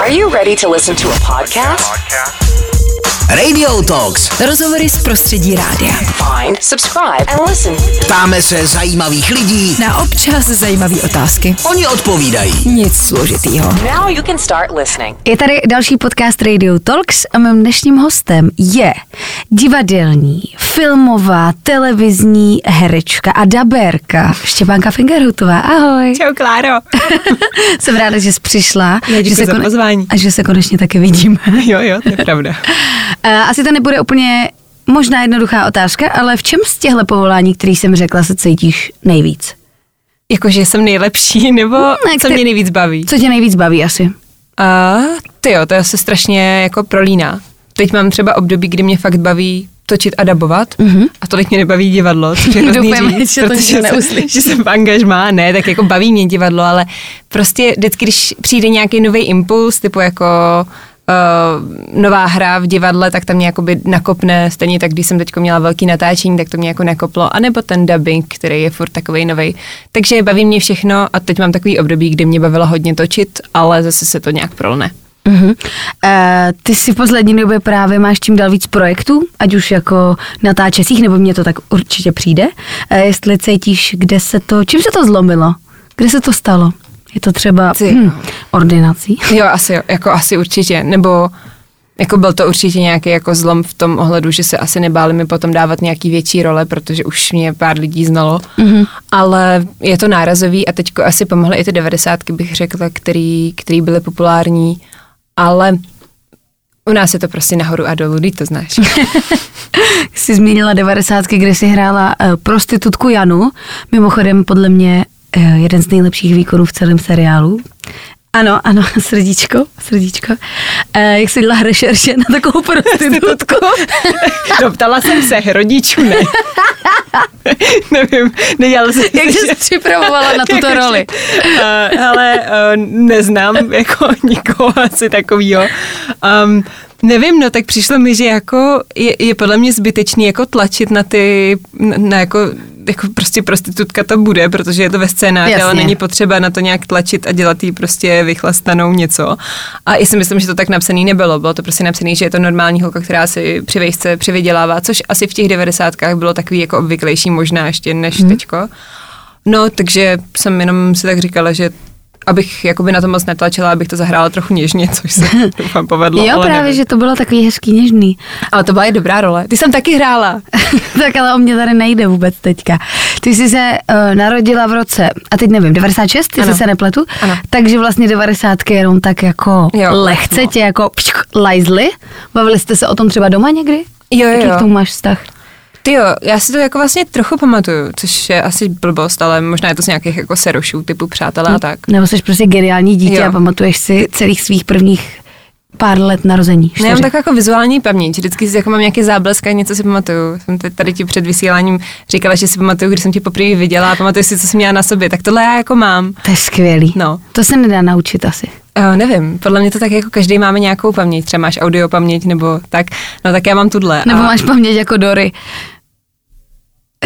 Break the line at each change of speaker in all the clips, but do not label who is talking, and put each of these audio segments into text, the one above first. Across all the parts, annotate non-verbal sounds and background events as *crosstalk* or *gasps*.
Are you ready to listen to a podcast?
Radio Talks.
Rozhovory z prostředí rádia.
Find, subscribe, and listen.
Ptáme se zajímavých lidí,
Na občas zajímavé otázky.
oni odpovídají.
Nic složitýho.
Now you can start listening.
Je tady další podcast Radio Talks a mým dnešním hostem je divadelní, filmová, televizní herečka a dabérka Štěpánka Fingerhutová. Ahoj.
Čau, Kláro.
*laughs* Jsem ráda, že jsi přišla.
Já děkuji
že se
za pozvání.
A že se konečně taky vidíme.
*laughs* *laughs* Jo, jo, to je pravda.
Eh, Asi to nebude úplně možná jednoduchá otázka, ale v čem z těchto povolání, který jsem řekla, se cítíš nejvíc?
Jakože jsem nejlepší, nebo
ne,
No, co
ty-
mě nejvíc baví?
Co Hmm, tě nejvíc baví asi?
A ty jo, to je se strašně jako prolíná. Teď mám třeba období, kdy mě fakt baví točit a dabovat mm-hmm. a tolik mě nebaví divadlo, což *laughs* je hrozný
Doufám,
říct,
že to nikdo
protože jsem,
neuslyší.
*laughs* že jsem v angažmá, ne, tak jako baví mě divadlo, ale prostě vždycky, když přijde nějaký nový impuls, typu jako uh, nová hra v divadle, tak tam mě jakoby nakopne, stejně tak, když jsem teď měla velký natáčení, tak to mě jako nakoplo, anebo ten dubbing, který je furt takovej novej. Takže baví mě všechno a teď mám takový období, kdy mě bavilo hodně točit, ale zase se to nějak prolne. Mhm.
Uh-huh. ty si v poslední době právě máš čím dál víc projektů, ať už jako natáčecích, nebo mně to tak určitě přijde. Uh, jestli cítíš, kde se to, čím se to zlomilo? Kde se to stalo? Je to třeba
Ty.
hm, ordinací?
Jo, asi, jo, jako asi určitě, nebo jako byl to určitě nějaký jako zlom v tom ohledu, že se asi nebáli mi potom dávat nějaký větší role, protože už mě pár lidí znalo, mm-hmm. ale je to nárazový a teďko asi pomohly i ty devadesátky, bych řekla, který, který byly populární, ale u nás je to prostě nahoru a dolů, teď to znáš.
Jsi zmínila 90. kde jsi hrála eh, prostitutku Janu, mimochodem podle mě eh, jeden z nejlepších výkonů v celém seriálu. Ano, ano, *laughs* srdíčko, srdíčko. Eh, jak jsi dělala rešerše na takovou prostitutku?
*laughs* Doptala jsem se rodičů, *laughs* ne? Nevím, nedělala jsem
Jak jsi se
*laughs*
připravovala na tuto roli?
Uh, ale uh, neznám jako *laughs* nikoho asi takovýho. Um, nevím, no tak přišlo mi, že jako je, je podle mě zbytečný jako tlačit na ty, na, na jako, jako prostě prostitutka to bude, protože je to ve scénáři, ale
Jasně.
není potřeba na to nějak tlačit a dělat jí prostě vychlastanou něco. A i si myslím, že to tak napsaný nebylo. Bylo to prostě napsaný, že je to normální holka, která si při vejšce přivydělává, což asi v těch devadesátkách bylo takový jako obvyklejší možná ještě než hmm. teďko. No, takže jsem jenom si tak říkala, že abych jakoby na to moc netlačila, abych to zahrála trochu něžně, *laughs* což se doufám povedlo.
Jo,
ale
právě,
nevím.
že to bylo takový hezký, něžný.
Ale to byla i dobrá role. Ty jsem taky hrála.
*laughs* tak ale o mě tady nejde vůbec teďka. Ty jsi se uh, narodila v roce, a teď nevím, 96, ty
Ano.
jsi se nepletu,
Ano.
takže vlastně 90 jenom tak jako
Jo,
lehce
no.
tě jako pšk, lajzli. Bavili jste se o tom třeba doma někdy?
Jo, jo,
Jaký
jo.
k tomu máš vztah?
*laughs* Ty jo, já si to jako vlastně trochu pamatuju, což je asi blbost, ale možná je to z nějakých jako serošů typu přátelé a tak.
Nebo jsi prostě geniální dítě
Jo.
a pamatuješ si celých svých prvních pár let narození.
Ne, já
čtyři.
mám tak jako vizuální paměť, vždycky si jako mám nějaký záblesk a něco si pamatuju. Jsem teď tady ti před vysíláním říkala, že si pamatuju, když jsem tě poprvé viděla a pamatuju si, co jsem měla na sobě, tak tohle já jako mám.
To je skvělý.
No.
To se nedá naučit asi.
Uh, nevím, podle mě to tak jako každý máme nějakou paměť, třeba máš audio paměť nebo tak, no tak já mám tuhle.
Nebo máš paměť jako Dory.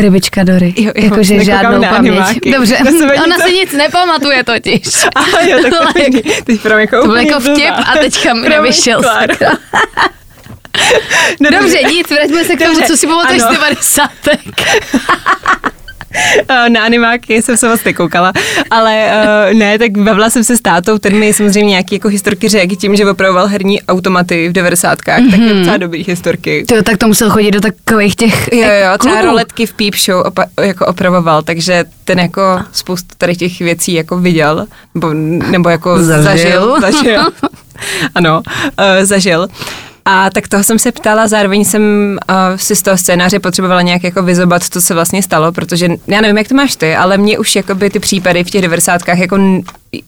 Rybička Dory.
Jo, jo,
Jakože
nekoukám
žádnou
na
paměť.
animáky.
Dobře,
Na sebe
*laughs* ona
nic-
si nic nepamatuje totiž.
*laughs* *laughs* A jo,
*laughs*
tak to
Ale-
není. Teď prám jako
to byl
úplně
jako vtip
blbá. *laughs*
a teďka mi
Promiň,
nevyšel.
Kláro. *laughs*
sakra.
No,
Dobře, nic, vraťme se k tomu,
Dobře,
co si pamatuješ z
ano.
90.
*laughs* Eh, Na animáky jsem se moc nekoukala, ale uh, ne, tak bavila jsem se s tátou, ten mi samozřejmě nějaký jako historky řekl tím, že opravoval herní automaty v devadesátkách, mm-hmm. tak
Mhm.
měl docela dobrý historky.
To tak to musel chodit do takových těch
*laughs* Jo,
eh,
jo, třeba
klubů.
roletky v Peep Show opa- jako opravoval, takže ten jako spoustu tady těch věcí jako viděl, nebo, nebo jako
Zažil. *laughs*
zažil, zažil. ano, uh, zažil. A tak toho jsem se ptala, zároveň jsem uh, si z toho scénáře potřebovala nějak jako vyzobat, co se vlastně stalo, protože já nevím, jak to máš ty, ale mě už jakoby ty případy v těch 90. jako n-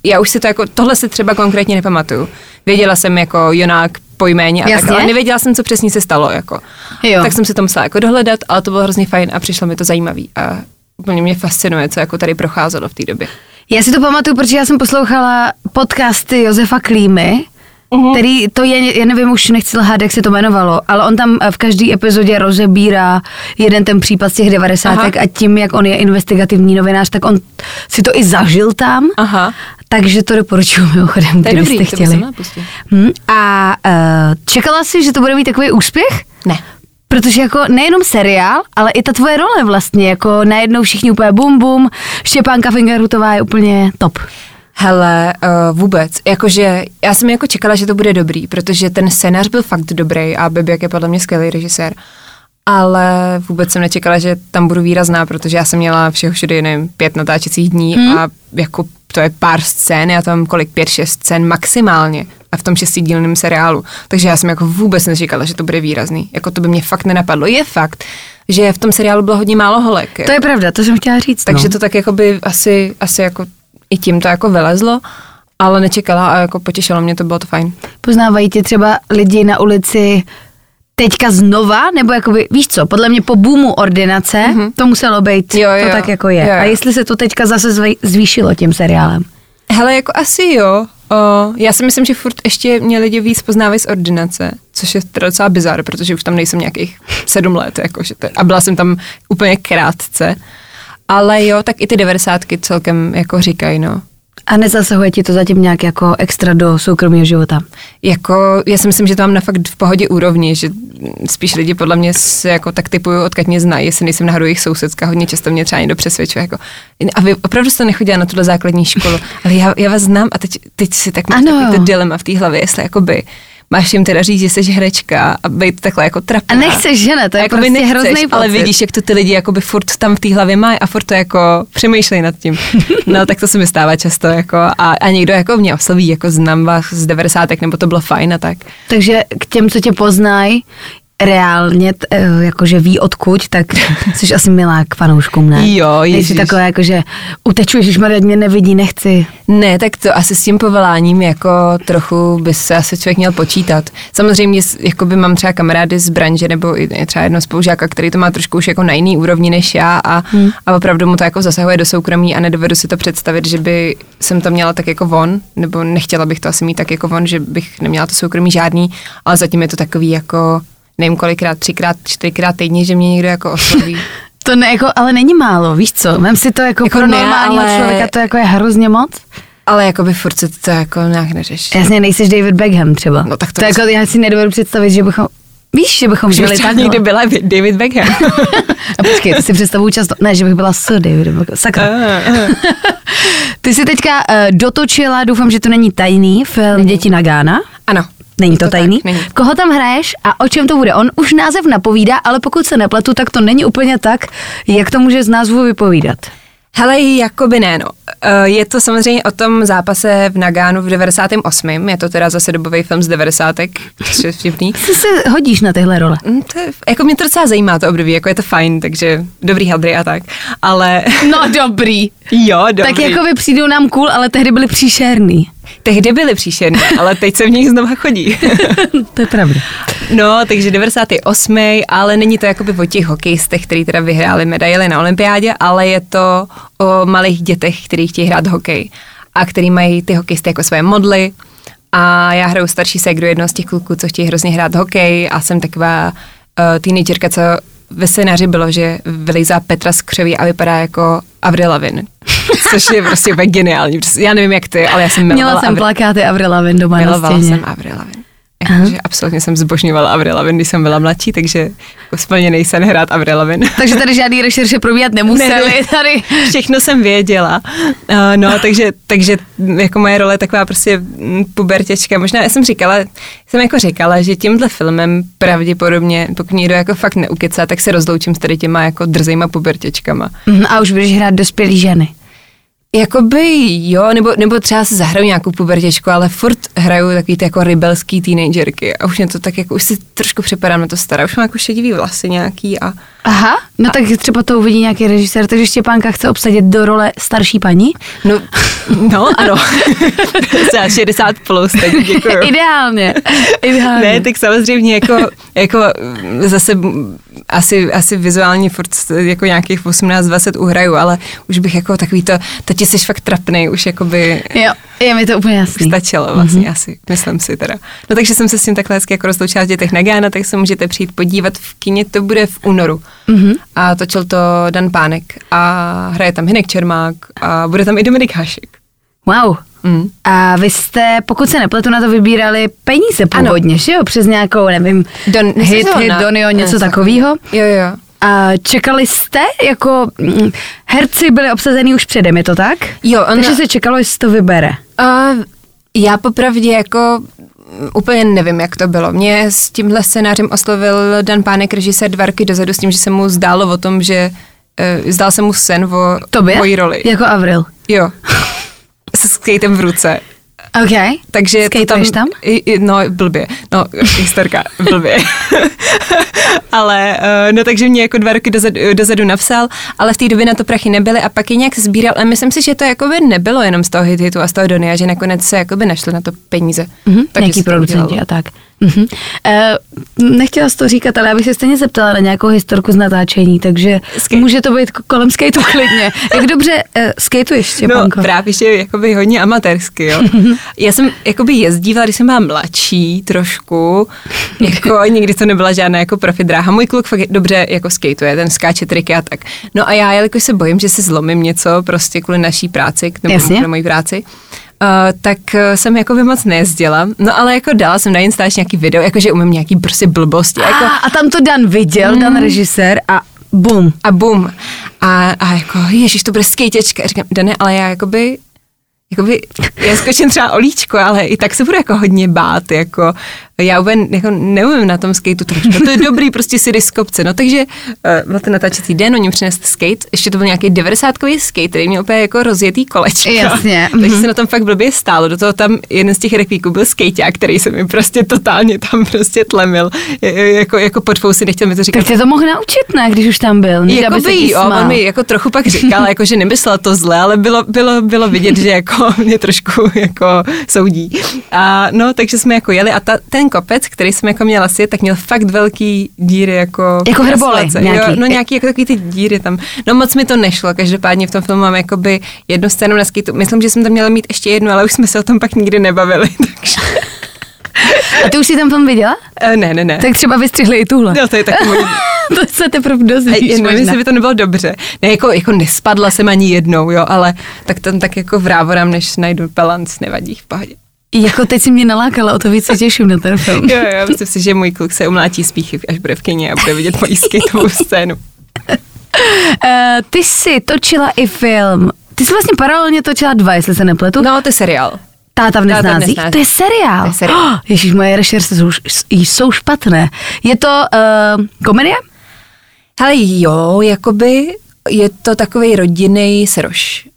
já už si to jako, tohle si třeba konkrétně nepamatuju. Věděla jsem jako Jonák po jméně a tak,
Jasně.
ale nevěděla jsem, co přesně se stalo. Jako.
Jo.
Tak jsem si to musela jako dohledat, ale to bylo hrozně fajn a přišlo mi to zajímavý a úplně mě fascinuje, co jako tady procházelo v té době.
Já si to pamatuju, protože já jsem poslouchala podcasty Josefa Klímy,
Mhm.
Uhum. Který to je, já nevím, už nechci lhát, jak se to jmenovalo, ale on tam eh, v každé epizodě rozebírá jeden ten případ z těch 90.
Aha.
a tím, jak on je investigativní novinář, tak on si to i zažil tam.
Aha.
Takže to doporučuju mimochodem,
To je dobrý,
kdybyste
to bych se
chtěli.
měla pustit.
Hmm, a uh, čekala jsi, že to bude mít takový úspěch?
Ne.
Protože jako nejenom seriál, ale i ta tvoje role vlastně, jako najednou všichni úplně bum bum, Štěpánka Fingerutová je úplně top.
Hele, uh, vůbec. Jakože, já jsem jako čekala, že to bude dobrý, protože ten scénář byl fakt dobrý a Bebek je podle mě skvělý režisér. Ale vůbec jsem nečekala, že tam budu výrazná, protože já jsem měla všeho všude jenom pět natáčecích dní
Hmm?
mm. a jako to je pár scén, já tam kolik, pět, šest scén maximálně a v tom šestidílném seriálu. Takže já jsem jako vůbec nečekala, že to bude výrazný. Jako to by mě fakt nenapadlo. Je fakt, že v tom seriálu bylo hodně málo holek.
To je pravda, to jsem chtěla říct.
Takže
no.
to tak jako by asi, asi jako i tím to jako vylezlo, ale nečekala a jako potěšilo mě, to bylo to fajn.
Poznávají tě třeba lidi na ulici teďka znova, nebo jakoby, víš co, podle mě po boomu ordinace, mm-hmm. to muselo být,
Mhm. Jo,
to
jo.
tak jako je.
Jo, jo.
A jestli se to teďka zase zvej- zvýšilo tím seriálem.
Hele, jako asi jo. O, já si myslím, že furt ještě mě lidi víc poznávají z ordinace, což je teda docela bizár, protože už tam nejsem nějakých sedm let, jako, že to, a byla jsem tam úplně krátce. Ale jo, tak i ty devadesátky celkem jako říkají, no.
A nezasahuje ti to zatím nějak jako extra do soukromého života.
Jako, já si myslím, že to mám na fakt v pohodě úrovni, že spíš lidi podle mě se jako tak typují, odkud mě znají, jestli nejsem náhodou jejich sousedka, hodně často mě třeba někdo přesvědčuje, jako, a vy opravdu jste nechodila na tuhle základní školu, ale já, já vás znám a teď, teď si tak máš
Ano.
takový to dilema v té hlavě, jestli jakoby máš jim teda říct, že jsi hrečka a být takhle jako
A
trapná.
nechceš, že ne? To je
Jakoby
prostě
nechceš,
hrozný
Ale
pocit.
vidíš, jak to ty lidi jakoby furt tam v té hlavě mají a furt to jako přemýšlej nad
*laughs*
tím. No tak to se mi stává často jako a, a někdo jako mě osloví, jako znám vás z 90. nebo to bylo fajn a tak.
Takže k těm, co tě poznají, reálně, t, eh, jakože ví odkud, *laughs* tak jsi asi milá k fanouškům, ne?
Jo,
Nejsi
ježiš.
taková jako, jakože uteču, ježišmarja, mě nevidí, nechci.
Ne, tak to asi s tím povoláním jako trochu by se asi člověk měl počítat. Samozřejmě s- jakoby mám třeba kamarády z branže nebo i i třeba jedno spolužáka, který to má trošku už jako na jiný úrovni než já a, hmm. a opravdu mu to jako zasahuje do soukromí a nedovedu si to představit, že by jsem to měla tak jako von, nebo nechtěla bych to asi mít tak jako von, že bych neměla to soukromí žádný, ale zatím je to takový jako nevím kolikrát, třikrát, čtyřikrát týdně, že mě někdo jako *laughs* osloví.
To ne, jako, ale není málo, víš co? Vem si to jako,
Jako
pro
ne,
normálního
ale-
člověka, to jako je hrozně moc.
ale jako by furt se to jako nějak neřeší.
Jasně, nejseš David Beckham třeba.
No, tak to
to
je-
jako, já si nedovedu představit, že bychom, víš, že bychom
Že
byli
bych třeba
tak.
někdy byla David *laughs* Beckham.
A počkej, to si představuju často. Ne, že bych byla s Davidem. Beckham. Sakra.
Ah,
*laughs* Ty jsi teďka eh, dotočila, doufám, že to není tajný, film Děti na Gána.
Ano.
Není to,
Je to tak,
tajný?
není.
Koho tam hraješ a o čem to bude? On už název napovídá, ale pokud se nepletu, tak to není úplně tak, jak to může z názvu vypovídat.
Hele, jakoby ne, no. Eh, Je to samozřejmě o tom zápase v Nagánu v 98. Je to teda zase dobový film z 90. což je vtipný.
Ty se hodíš na tyhle role.
Hm, To je, jako mě to docela zajímá to období, jako je to fajn, takže dobrý hadry a tak. Ale
No dobrý.
jo, dobrý.
Tak jako by přijdou nám cool, ale tehdy byli
*laughs*
příšerný.
Tehdy byly příšerné, ale teď se v nich znova chodí.
to je pravda.
No, takže 98. ale není to jakoby o těch hokejistech, který teda vyhráli medaily na olympiádě, ale je to o malých dětech, který chtějí hrát hokej a který mají ty hokejisty jako své modly. A já hraju starší segru jednoho z těch kluků, co chtějí hrozně hrát hokej a jsem taková uh, teenagerka, co ve scénáři bylo, že vylejzá Petra z křoví a vypadá jako Avril Lavigne. Což je prostě *laughs* úplně geniální. Prostě Já nevím, jak ty, ale já jsem milovala
Měla jsem
Avril-
plakáty Avril Lavigne doma na
Milovala
stěně.
jsem Avril Lavigne. Jakože absolutně jsem zbožňovala Avril Lavigne, když jsem byla mladší, takže jako splněný sen hrát Avril Lavigne.
Takže tady žádný rešerše probíhat nemuseli.
Ne, ne.
Tady.
*laughs* Všechno jsem věděla. Eh, No, takže, takže jako moje role je taková prostě mm, pubertěčka. Možná já jsem říkala, jsem jako říkala, že tímhle filmem pravděpodobně, pokud mě někdo jako fakt neukecá, tak se rozloučím s tady těma jako drzejma pubertěčkama.
Mhm, A už budeš hrát dospělý ženy.
Jakoby jo, nebo, nebo třeba se zahraju nějakou pubertěčku, ale furt hraju takový ty jako rebelský teenagerky a už mě to tak jako, už si trošku připadám na to stará, už mám jako šedivý vlasy nějaký a
Aha, no tak třeba to uvidí nějaký režisér, takže Štěpánka chce obsadit do role starší paní.
no, *laughs* no ano, *laughs* třeba 60 plus, tak děkuju.
*laughs* Ideálně, ideálně.
Ne, tak samozřejmě jako, jako mm, zase mm, asi, asi vizuálně furt jako nějakých 18-20 uhraju, ale už bych jako takový to, tati jsi fakt trapnej, už jakoby
Jo, je mi to úplně jasný.
stačilo vlastně mm-hmm. asi, myslím si teda. No takže jsem se s tím takhle hezky jako rozloučila z dětech na Gána, tak se můžete přijít podívat v kině, to bude v únoru. Mm-hmm. A točil to Dan Pánek a hraje tam Hinek Čermák a bude tam i Dominik Hašek.
Wow,
Mm.
A vy jste, pokud se nepletu, na to vybírali peníze původně, ano. že jo? Přes nějakou, nevím,
Don-
hit, hit,
sezóna.
Donio, něco
Něco
takového.
Jo, jo.
A čekali jste, jako mm, herci byli obsazený už předem, je to tak?
Jo, ono-
Takže se čekalo, jestli to vybere.
Uh, já popravdě jako mm, úplně nevím, jak to bylo. Mě s tímhle scénářem oslovil Dan Pánek, režisér dva roky dozadu, s tím, že se mu zdálo o tom, že uh, zdál se mu sen o
Tobě?
mojí roli.
Jako Avril.
Jo. *laughs* Se skatem v ruce.
OK.
Takže to tam,
Skatuješ tam?
I, i, no, blbě.
*laughs*
No, historka, blbě. *laughs* ale, eh, no takže mě jako dva roky dozadu, dozadu napsal, ale v té době na to prachy nebyly a pak je nějak sbíral. A myslím si, že to jakoby nebylo jenom z toho hit hitu a z toho Donia, že nakonec se jakoby našli na to peníze.
Mhm,
Takže
nějaký
se to
producenti
udělalo.
a tak. Mhm. E, nechtěla jsi to říkat, ale já bych se stejně zeptala na nějakou historku z natáčení, takže
Skate.
může to být k- kolem skateu klidně. Jak dobře uh, skateuješ, Štěpánko?
No právě, že jakoby hodně amatérsky, jo. Já jsem jakoby jezdívala, když jsem byla mladší trošku, jako nikdy to nebyla žádná jako profi dráha. Můj kluk fakt dobře jako skateuje, ten skáče triky a tak. No a já, jelikož se bojím, že si zlomím něco prostě kvůli naší práci, k- nebo
Jasně.
kvůli mojí práci, Uh, tak eh, jsem jako by moc nejezdila, no ale jako dala jsem na Instač nějaký video, jakože umím nějaký prostě blbosti,
a,
jako
a tam to Dan viděl, Dan režisér a bum.
a bum. A, a jako, ježiš, to bude skejtečka. A říkám, Dane, ale já jakoby, jakoby, já skočím třeba olíčko, ale i tak se budu jako hodně bát, jako, já úplně jako neumím na tom skateu trošku, to je dobrý, prostě si jdi z kopce. No takže uh, byl ten natáčecí den, oni přinesli skate, ještě to byl nějaký 90 skate, který měl úplně jako rozjetý kolečko.
Jasně,
*laughs* takže
mhm.
se na tom fakt blbě stálo, do toho tam jeden z těch rekvíků byl skejťák, který se mi prostě totálně tam prostě tlemil, Je- je- jako, jako podfou si nechtěl mi to říkat.
Tak tě to mohl naučit, ne, když už tam byl. než aby se
Jakoby
ti
jo,
smál.
on mi jako trochu pak říkal, jako, že nemyslel to zle, ale bylo, bylo, bylo vidět, že jako *laughs* mě trošku jako soudí. A no, takže jsme jako jeli a ta, ten kopec, který jsme jako měla si, tak měl fakt velký díry jako...
Jako hrboly
jaslice.
nějaký.
Jo, no nějaký, jako takový ty díry tam. No moc mi to nešlo, každopádně v tom filmu mám jakoby jednu scénu na skateu. Myslím, že jsem tam měla mít ještě jednu, ale už jsme se o tom pak nikdy nebavili, *laughs* takže...
A ty už si ten film viděla?
Eh, Ne, ne, ne.
Tak třeba vystřihli i tuhle.
No, to je taky můj
*laughs* to se teprve
A
dozvíš
já nevím,
možná.
jestli by to nebylo dobře. Ne, jako, jako nespadla jsem ani jednou, jo, ale tak tam tak jako vrávorám, než najdu balans, nevadí, v pohodě.
Jako teď si mě nalákala, o to víc se těším na ten film.
Jo, jo, *laughs* myslím si, že můj kluk se umlátí spíchy, až bude v kyně a bude vidět moji skateovou scénu.
Eh, ty jsi točila i film. Ty jsi vlastně paralelně točila dva, jestli se nepletu.
*laughs* No, to je seriál.
Táta v
Táta v
neznázích.
neznázích.
To je seriál.
To je seriál.
Oh, Ježíš, moje rešerce jsou, jsou špatné. Je to uh, komedie?
Hele, jo, jakoby je to takový rodinný sroš.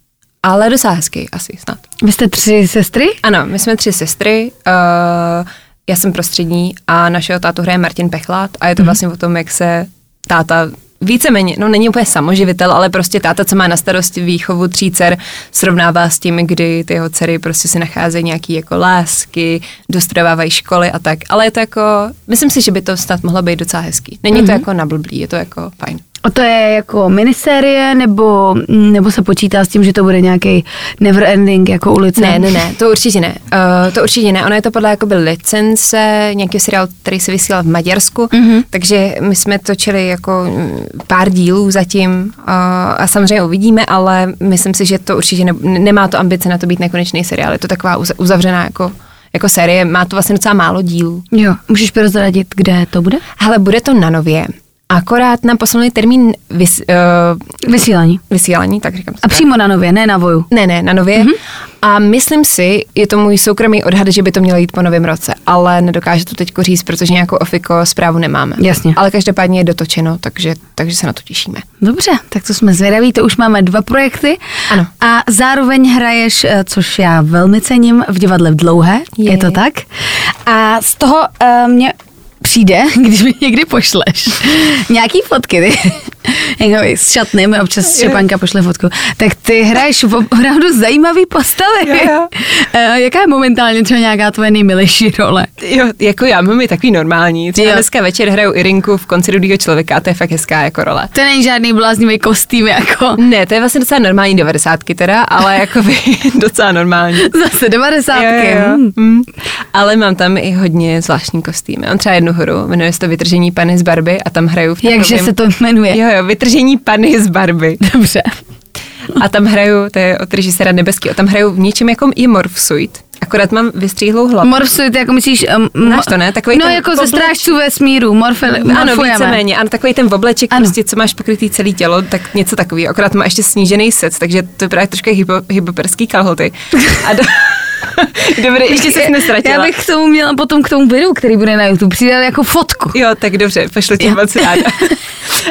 Ale docela hezký, asi snad.
Vy jste tři sestry?
Ano, my jsme tři sestry. Uh, já jsem prostřední a našeho tátu hraje Martin Pechlát a je to vlastně o tom, jak se táta víceméně, no není úplně samoživitel, ale prostě táta, co má na starost výchovu tří dcer, srovnává s tím, kdy ty jeho dcery prostě si nacházejí nějaký jako lásky, dostudovávají školy a tak. Ale je to jako, myslím si, že by to snad mohlo být docela hezký. Není to jako nablblý, je to jako fajn.
O to je jako miniserie, nebo, nebo se počítá s tím, že to bude nějaký never ending jako ulice?
Ne, ne, ne, to určitě ne. Uh, to určitě ne. Ono je to podle jakoby licence nějakého seriálu, který se vysílal v Maďarsku, mm-hmm. takže my jsme točili jako mm, pár dílů zatím uh, a samozřejmě uvidíme, ale myslím si, že to určitě ne, nemá to ambice na to být nekonečný seriál. Je to taková uz- uzavřená jako, jako série, má to vlastně docela málo dílů.
Jo, můžeš prozradit, kde to bude?
Hele, bude to na nově. Akorát nám posunuli termín vys, uh,
Vysílání.
vysílání, tak říkám.
A
to správně.
přímo na nově, ne na voju.
Ne, ne, na nově. Mm-hmm. A myslím si, je to můj soukromý odhad, že by to mělo jít po novém roce, ale nedokážu to teď říct, protože nějakou ofiko zprávu nemáme.
Jasně.
Ale každopádně je dotočeno, takže, takže se na to těšíme.
Dobře, tak to jsme zvědaví, to už máme dva projekty.
Ano.
A zároveň hraješ, eh, což já velmi cením, v divadle v Dlouhé, je, je
Je.
to tak? A z toho eh, mě přijde, *laughs* když mi někdy
*laughs*
pošleš nějaký fotky, ty, *laughs* jakoby s šatny, mi občas Štěpanka pošle fotku, tak ty hraješ v opravdu zajímavý postavy.
Jo, jo.
*laughs* Eh, Jaká je momentálně třeba nějaká tvoje nejmilejší role?
Jo, jako já mám i takový normální. Třeba
Jo.
jo. dneska večer hraju Irinku v konci rudého člověka a to je fakt hezká jako role.
To není žádný bláznivý kostým, jako
Ne, to je vlastně docela normální devadesátky teda, *laughs* ale jako by docela normální.
zase Hmm. 90.
Mm. Ale mám tam i hodně zvláštní kostýmy. On třeba jednu hru, jmenuje se to Vytržení pany z Barby a tam hraju v takovém... *laughs*
Jakže se to jmenuje?
Jo, jo, Vytržení pany z Barby.
Dobře.
A tam hraju, to je od režisera Nebeský, a tam hraju v něčem jako i Morph Suite. Akorát mám vystříhlou hlavu.
Morfsuit, jako myslíš... Um,
Znáš to, ne? Takový
no,
ten
jako ze
obleč-
strážců vesmíru, morfe,
ano,
morfujeme.
víceméně. Ano, takový ten obleček,
Ano.
ano. prostě, co máš pokrytý celý tělo, tak něco takový. Akorát má ještě snížený sec, takže to je právě trošku hypo, hypoperský kalhoty. A do... *laughs* Dobře, ještě se nestratila.
Já bych k tomu měla potom k tomu videu, který bude na YouTube, přidat jako fotku.
Jo, tak dobře, pošlu ti moc ráda.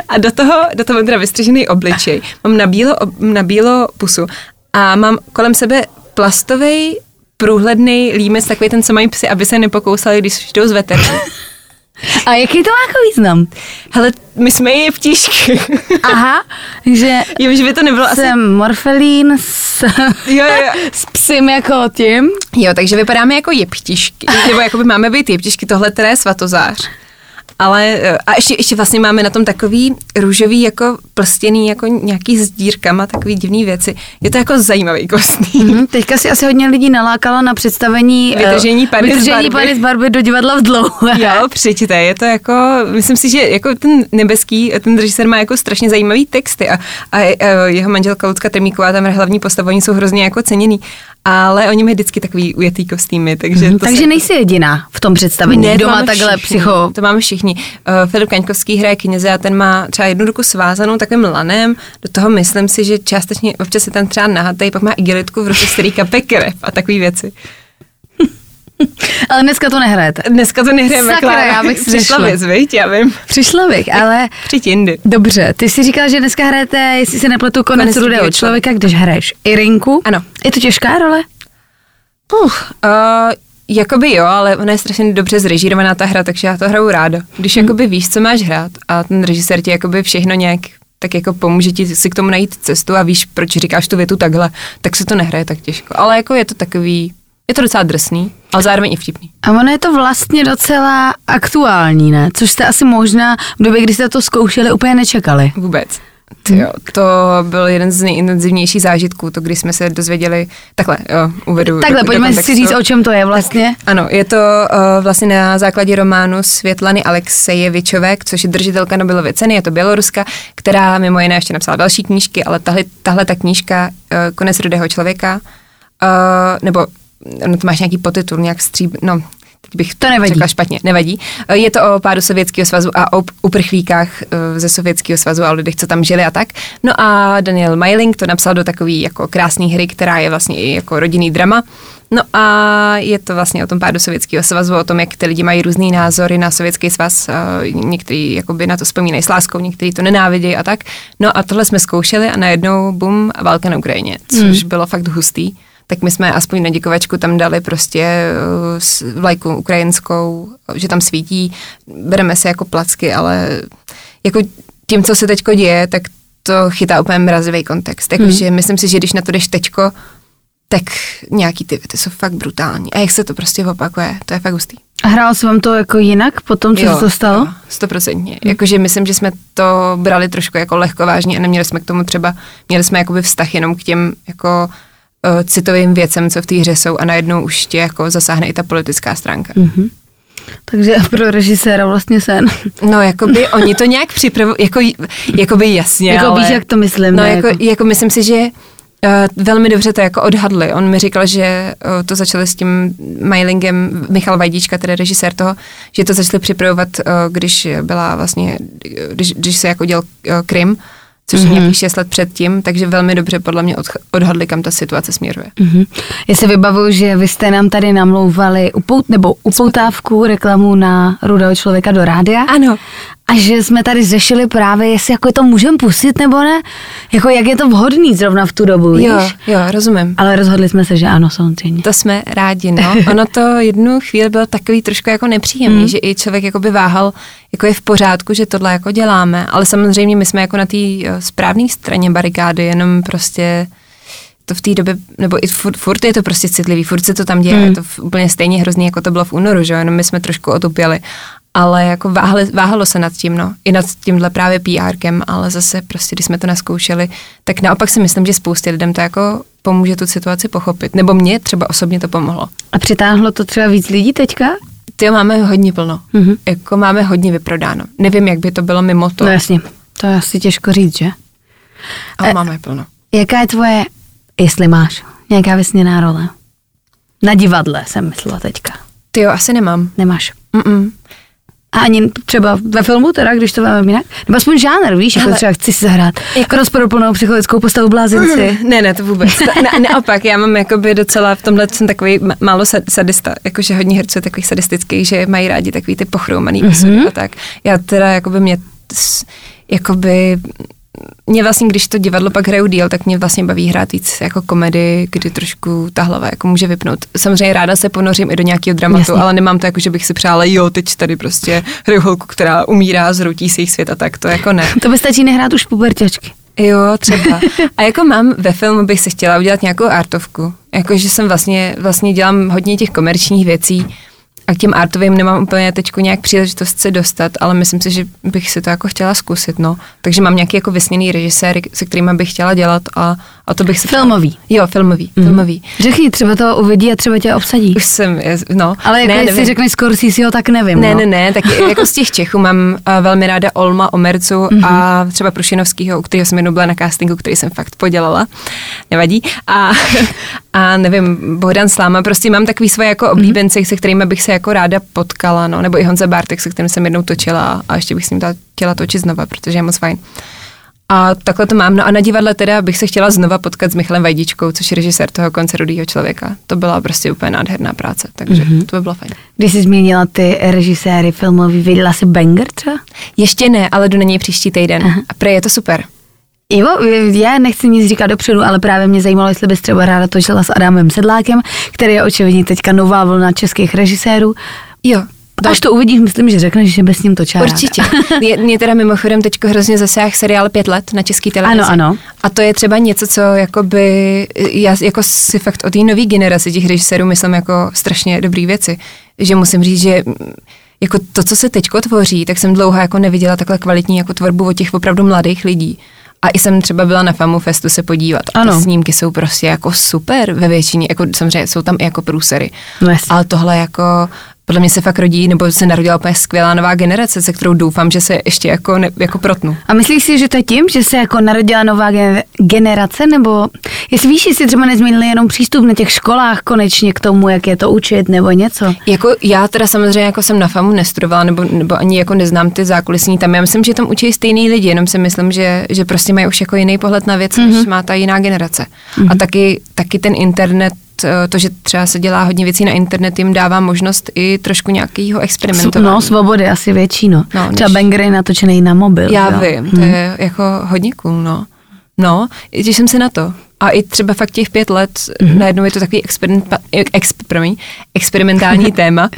A do toho, do toho mám teda vystřižený obličej. Mám na bílo, ob- na bílo pusu a mám kolem sebe plastový průhledný límec, takový ten, co mají psy, aby se nepokousali, když jdou z veteriny.
A jaký to má jako význam?
Hele, my jsme je ptíšky.
Aha, že
*laughs* jo, že by to nebylo asi...
jsem morfelín s,
Jo, jo, jo.
*laughs* s psím jako tím.
Jo, takže vypadáme jako jeptišky, nebo jako by máme být jeptišky, tohle teda je svatozář. Ale, eh, a ještě, ještě vlastně máme na tom takový růžový, jako plstěný, jako nějaký s dírkama, takový divný věci. Je to jako
*laughs*
zajímavý kostým.
Hm, teďka si asi hodně lidí nalákalo na představení eh,
Vytržení Paris
vytržení
Barbie.
Paris Barbie do divadla v dlouhé.
Jo, přijďte, je to jako, myslím si, že jako ten nebeský, ten režisér má jako strašně zajímavý texty a, a, eh, jeho manželka Lucka Trmíková, tam hraje hlavní postava, oni jsou hrozně jako ceněný, ale oni mají vždycky takový ujetý kostýmy, takže No to se-
Mhm. Takže nejsi jediná v tom představení,
to
kdo má
máme
takhle
všichni,
psycho.
To máme všichni. Uh, Filip Kaňkovský hraje kněze a ten má třeba jednu ruku svázanou takovým lanem. Do toho myslím si, že částečně občas je tam třeba nahatej, pak má igelitku v ruce strýka pekrev a takové věci.
Ale dneska to nehrajete.
Dneska to nehrajeme,
Sakra,
Klára.
já bych
Přišla
přišla.
věc, viď? Já vím.
Přišla bych, ale
Přijď jindy.
Dobře, ty jsi říkal, že dneska hrajete, jestli se nepletu, konec,
Konec
rudého
rudého
člověka, když hraješ Irinku.
Ano.
Je to těžká role?
Uh, jakoby jo, ale ona je strašně dobře zrežírovaná ta hra, takže já to hraju ráda. Když
Mhm.
jakoby víš, co máš hrát a ten režisér ti jakoby všechno nějak tak jako pomůže ti si k tomu najít cestu a víš, proč říkáš tu větu takhle, tak se to nehraje tak těžko. Ale jako je to takový, je to docela drsný, ale zároveň i vtipný.
A ono je to vlastně docela aktuální, ne? Což jste asi možná v době, kdy jste to zkoušeli, úplně nečekali.
Vůbec.
Mhm.
Jo, to byl jeden z nejintenzivnějších zážitků, to když jsme se dozvěděli, takhle, jo, uvedu
Takhle,
do,
pojďme
do
si
kontextu.
říct, o čem to je vlastně.
Ano, je to uh, vlastně na základě románu Světlany Aleksejevičové, což je držitelka Nobelovy ceny, je to Běloruska, která mimo jiné ještě napsala další knížky, ale tahle, tahle ta knížka uh, Konec rudého člověka, uh, nebo no, to máš nějaký podtitul, nějak stříb, no, teď bych
To nevadí.
Řekla špatně, nevadí. Eh, Je to o pádu Sovětského svazu a o uprchlíkách eh, ze Sovětského svazu a o lidech, co tam žili a tak. No a Daniel Meiling to napsal do takové jako krásné hry, která je vlastně i jako rodinný drama. No a je to vlastně o tom pádu Sovětského svazu, o tom, jak ty lidi mají různý názory na Sovětský svaz. eh, Někteří jakoby na to vzpomínají s láskou, někteří to nenávidějí a tak. No a tohle jsme zkoušeli a najednou bum, válka na Ukrajině, což bylo fakt hustý tak my jsme aspoň na děkovačku tam dali prostě eh, s- vlajku ukrajinskou, že tam svítí, bereme se jako placky, ale jako tím, co se teďko děje, tak to chytá úplně mrazivý kontext. Jakože myslím si, že když na to jdeš teďko, tak nějaký ty věty jsou fakt brutální. A jak se to prostě opakuje, to je fakt hustý.
A hrál se vám to jako jinak po tom, co se to stalo? Hm.
jo, Stoprocentně. Jakože myslím, že jsme to brali trošku jako lehkovážně a neměli jsme k tomu třeba, měli jsme jakoby vztah jenom k těm jako eh, citovým věcem, co v té hře jsou a najednou už tě jako zasáhne i ta politická stránka.
Mhm. Takže pro režiséra vlastně sen.
No, jakoby oni to nějak připravují, jako, jakoby jasně,
Jako
ale...
víš, jak to myslím,
No,
ne?
jako,
Jako-
jako... jako myslím si, že uh, velmi dobře to jako odhadli. On mi říkal, že uh, to začali s tím mailingem Michal Vajdíčka, tedy režisér toho, že to začali připravovat, uh, když byla vlastně, když, když se jako děl uh, Krym, což mm-hmm.
Mhm.
nějakých šest let předtím, takže velmi dobře podle mě odch- odhadli, kam ta situace směruje.
Mhm. Já se vybavuju, že vy jste nám tady namlouvali upout, nebo upoutávku reklamu na rudého člověka do rádia.
Ano.
A že jsme tady řešili právě, jestli jako to můžeme pustit nebo ne. Jako jak je to vhodný zrovna v tu dobu,
Jo,
víš?
jo, rozumím.
Ale rozhodli jsme se, že ano, samozřejmě.
To jsme rádi, no. Ono to jednu chvíli bylo takový trošku jako nepříjemný, mm. že i člověk jako by váhal, jako je v pořádku, že tohle jako děláme, ale samozřejmě my jsme jako na té eh, správné straně barikády, jenom prostě to v té době, nebo i furt, furt je to prostě citlivý, furt se to tam děje, mm. je to f- úplně stejně hrozný, jako to bylo v únoru, že jo, jenom my jsme trošku otupěli, ale jako váhali, váhalo se nad tím, no, i nad tímhle právě PRkem, ale zase prostě, když jsme to naskoušeli, tak naopak si myslím, že spoustě lidem to jako pomůže tu situaci pochopit, nebo mě třeba osobně to pomohlo.
A přitáhlo to třeba víc lidí teďka?
Ty máme hodně plno,
Mhm.
mm-hmm. jako máme hodně vyprodáno. Nevím, jak by to bylo mimo to,
No jasně, to je asi těžko říct, že?
E, ale máme plno.
Jaká je tvoje, jestli máš, nějaká vysněná role? Na divadle jsem myslela teďka.
Ty jo, asi nemám.
Nemáš.
Mm-mm.
A ani třeba ve filmu teda, když to máme jinak? Nebo aspoň žánr, víš, jako
Hele,
třeba chci si zahrát jako... rozporuplnou psychotickou postavu
*laughs*
blázinci.
Ne, ne, to vůbec. To- Na, naopak, já mám jakoby docela, v tomhle jsem takový ma- málo sa- sadista, jakože hodně herců je takových sadistických, že mají rádi takový ty pochroumaný osudy a tak. Já teda, jakoby mě, s- jakoby, mě vlastně, když to divadlo pak hraju díl, tak mě vlastně baví hrát víc jako komedy, kdy trošku ta hlava jako může vypnout. Samozřejmě ráda se ponořím i do nějakého dramatu,
Jasně.
ale nemám to jako, že bych si přála, jo, teď tady prostě hraju holku, která umírá, zrutí se jich svět a tak, to jako ne.
To by stačí nehrát už puberťačky.
Jo, třeba. A jako mám ve filmu bych si chtěla udělat nějakou artovku. Jakože jsem vlastně, vlastně dělám hodně těch komerčních věcí a k těm artovým nemám úplně teďku nějak příležitost se dostat, ale myslím si, že bych si to jako chtěla zkusit, no. Takže mám nějaký jako vysněný režiséry, se kterými bych chtěla dělat a, a to bych si...
Filmový. Mhm.
Jo, filmový, mm. filmový.
Řekni, třeba to uvidí a třeba tě obsadí.
Už jsem, je- no.
Ale jako
ne,
jestli
nevím.
řekneš Scorsese, tak nevím.
Ne,
no.
ne, ne, tak jako z těch Čechů mám uh, velmi ráda Olma Omercu mm-hmm. a
Mhm.
třeba Prušinovskýho, u kterého jsem jednou byla na castingu, který jsem fakt podělala, nevadí. A, *laughs* a nevím, Bohdan Sláma, prostě mám takový svoje
Mhm.
jako oblíbence, mm-hmm. se kterými bych se jako ráda potkala, no, nebo i Honza Bartek, se kterým jsem jednou točila a ještě bych s ním ta- chtěla točit znova, protože je moc fajn. A takhle to mám. No a na divadle teda bych se chtěla znova potkat s Michalem Vajdičkou, což je režisér toho konce Rudýho člověka. To byla prostě úplně nádherná práce, takže
Mhm.
mm-hmm. to by bylo fajn.
Když jsi zmínila ty režiséry filmový, viděla jsi Banger třeba?
Ještě ne, ale jdu na něj příští týden. Aha. A pre je to super.
Jo, já nechci nic říkat dopředu, ale právě mě zajímalo, jestli bys třeba ráda točila s Adamem Sedlákem, který je očividně teďka nová vlna českých režisérů.
Jo.
Až to uvidíš, myslím, že řekneš, že bys s ním točila ráda.
Určitě. *laughs* Je, mě teda mimochodem teď hrozně zasáhl seriál Pět let na český televizi.
Ano, ano.
A to je třeba něco, co jakoby, já jako si fakt o té nové generaci těch režisérů myslím jako strašně dobrý věci. Že musím říct, že mm, jako to, co se teďko tvoří, tak jsem dlouho jako neviděla takhle kvalitní jako tvorbu od těch opravdu mladých lidí. A i jsem třeba byla na FAMU Festu se podívat. A ty
Ano.
snímky jsou prostě jako super ve většině, jako samozřejmě jsou tam i jako průsery.
No jasně.
Ale tohle jako, podle mě se fakt rodí, nebo se narodila úplně skvělá nová generace, se kterou doufám, že se ještě jako, ne, jako protnu.
A myslíš si, že to je tím, že se jako narodila nová gen- generace, nebo jestli víš, jestli třeba nezměnili jenom přístup na těch školách konečně k tomu, jak je to učit, nebo něco?
Jako já teda samozřejmě jako jsem na FAMu nestudovala, nebo, nebo ani jako neznám ty zákulisní tam. Já myslím, že tam učí stejný lidi, jenom si myslím, že, že prostě mají už jako jiný pohled na věc, mm-hmm. než má ta jiná generace. Mm-hmm. A taky, taky ten internet, eh, to, že třeba se dělá hodně věcí na internet, jim dává možnost i trošku nějakého experimentování.
No, svobody asi větší, no.
No,
no
než-
třeba Banger je natočený na mobil.
Já
že jo?
vím, to je jako hodně cool, no. No, těším se na to. A i třeba fakt těch pět let, mm-hmm. najednou je to takový experiment, ex, promiň, experimentální téma, uh,